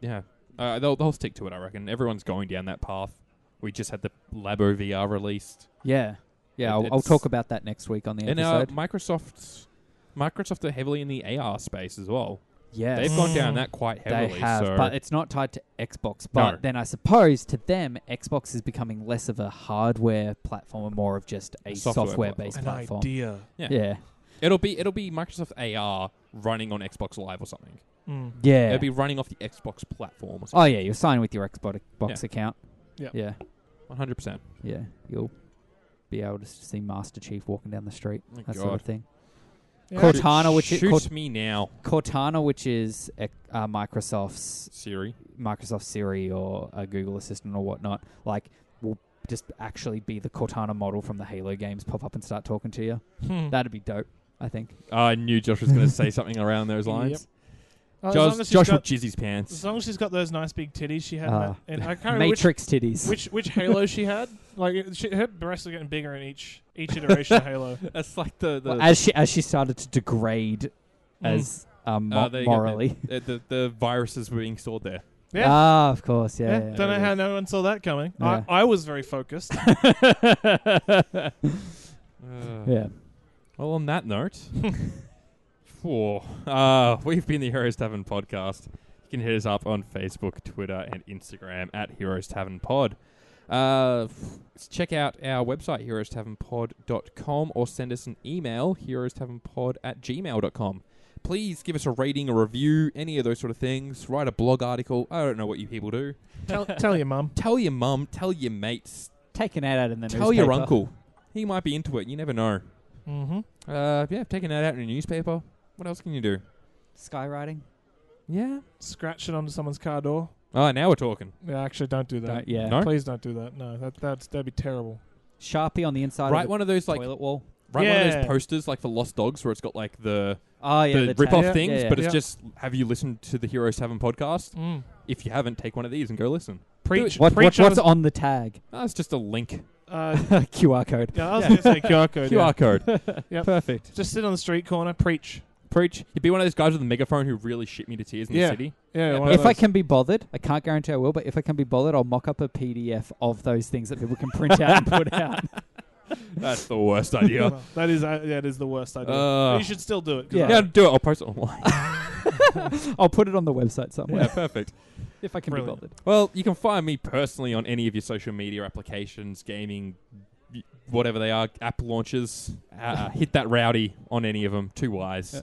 yeah, uh, they'll they'll stick to it. I reckon everyone's going down that path. We just had the Labo VR released,
Yeah.
It-
Yeah, I'll, I'll
it's-
talk about that next week on the
and uh,
episode.
Microsoft's Microsoft are heavily in the AR space as well.
yes.
They've gone down
Mm.
that quite
They
heavily.
have,
so
but it's not tied to Xbox. But
No.
then I suppose to them, Xbox is becoming less of a hardware platform and more of just a
Software
software-based
An
platform.
idea.
Yeah.
Yeah,
it'll be it'll be Microsoft AR running on Xbox Live or something.
Mm.
yeah.
It'll be running off the Xbox platform or something.
oh yeah, you'll sign with your Xbox Xbox account.
Yeah.
yeah,
One hundred percent.
yeah. You'll be able to s- see Master Chief walking down the street, that sort of thing.
Yeah.
Cort- Cortana, which it-
shoots
Cort-
me now,
Cortana, which is uh, uh, Microsoft's
Siri.
Microsoft Siri or a Google Assistant or whatnot, like will just actually be the Cortana model from the Halo games pop up and start talking to you.
Hmm.
That'd be dope, I think.
I knew Josh was
[laughs]
going to say something around those lines.
Well, Oh, as
Josh,
long as she's
Josh
got-
would jizz his pants.
As long as she's got those nice big titties she had, in
Ah.
that- and I can't remember which,
Matrix titties.
which which Halo
[laughs]
she had. Like it- she, her breasts are getting bigger in each each iteration
[laughs]
of Halo.
[laughs] That's like the the
Well, as she as she started to degrade as um, mo-
Uh, Mm. there you go,
morally.
Uh, the the viruses were being stored [laughs] there.
Yeah.
Ah, of course,
Mm.
yeah.
Yeah,
yeah,
don't know
yeah.
how no one saw that coming.
Yeah.
I, I was very focused.
Uh,
Yeah.
Well, on that note, phew, uh, we've been the Heroes Tavern podcast. You can hit us up on Facebook, Twitter, and Instagram at Heroes Tavern Pod. Uh, f- check out our website, heroestavernpod.com, or send us an email, heroestavernpod at gmail.com. Please give us a rating, a review, any of those sort of things. Write a blog article. I don't know what you people do.
tell, tell your mum.
Tell your mum, tell your mates,
Take an ad out in the
Tell
newspaper.
your uncle. He might be into it. You never know.
Mm-hmm.
Uh, yeah, taking that out in a newspaper. What else can you do?
Skywriting.
Yeah.
Scratch it onto someone's car door.
Oh, now we're talking.
Yeah, actually, don't do that.
Don't- yeah.
No?
Please don't do that. No, that that's that'd be terrible.
Sharpie on the inside
Write
of the
one of those like
toilet wall.
write one of
Yeah.
those posters like for Lost Dogs where it's got like the
Oh yeah,
the,
the,
rip off
tag.
things,
Yeah, yeah.
but it's
Yeah.
just have you listened to the Hero Seven podcast?
Mm.
If you haven't, take one of these and go listen.
Preach,
what, what,
preach
what's
on.
on the tag? [laughs]
Oh, it's just a link.
Uh,
[laughs]
QR code.
yeah, I was
Yeah.
going to say QR code. yeah.
QR code.
Yep.
Perfect.
Just sit on the street corner, preach.
Preach. You'd be one of those guys with a megaphone who really shit me to tears in
Yeah.
the city.
Yeah,
Yeah,
one of
If I
those.
can be bothered, I can't guarantee I will, but if I can be bothered, I'll mock up a PDF of those things that people can print out and put
[laughs]
out.
That's the worst idea.
Well, that is uh, that is the worst idea.
Uh,
you should still do it. 'cause
yeah.
I-
do it. I'll post it online.
I'll put it on the website somewhere
yeah, perfect.
if I can
Brilliant.
be bothered.
Well, you can find me personally on any of your social media applications, gaming, y- whatever they are, app launches. Uh, hit that rowdy on any of them. Two Y's.
Yeah.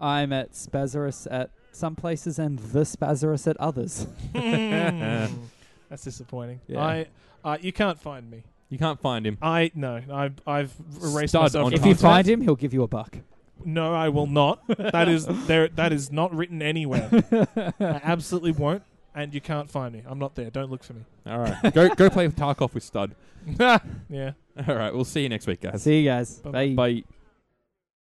I'm at Spazarus at some places and the Spazarus at others.
[laughs]
Mm. [laughs] That's disappointing.
Yeah.
I, uh, you can't find me.
You can't find him.
I no. I've I've erased
Stud
myself.
on Contact.
if you
from the internet.
find him, he'll give you a buck.
no, I will not. That is there. That is not written
[laughs]
anywhere. I absolutely won't. And you can't find me. I'm not there. Don't look for me.
All right, go go play Tarkov with Stud.
yeah.
All right, we'll see you next week, guys.
See you guys.
Bye-bye.
Bye.
Bye.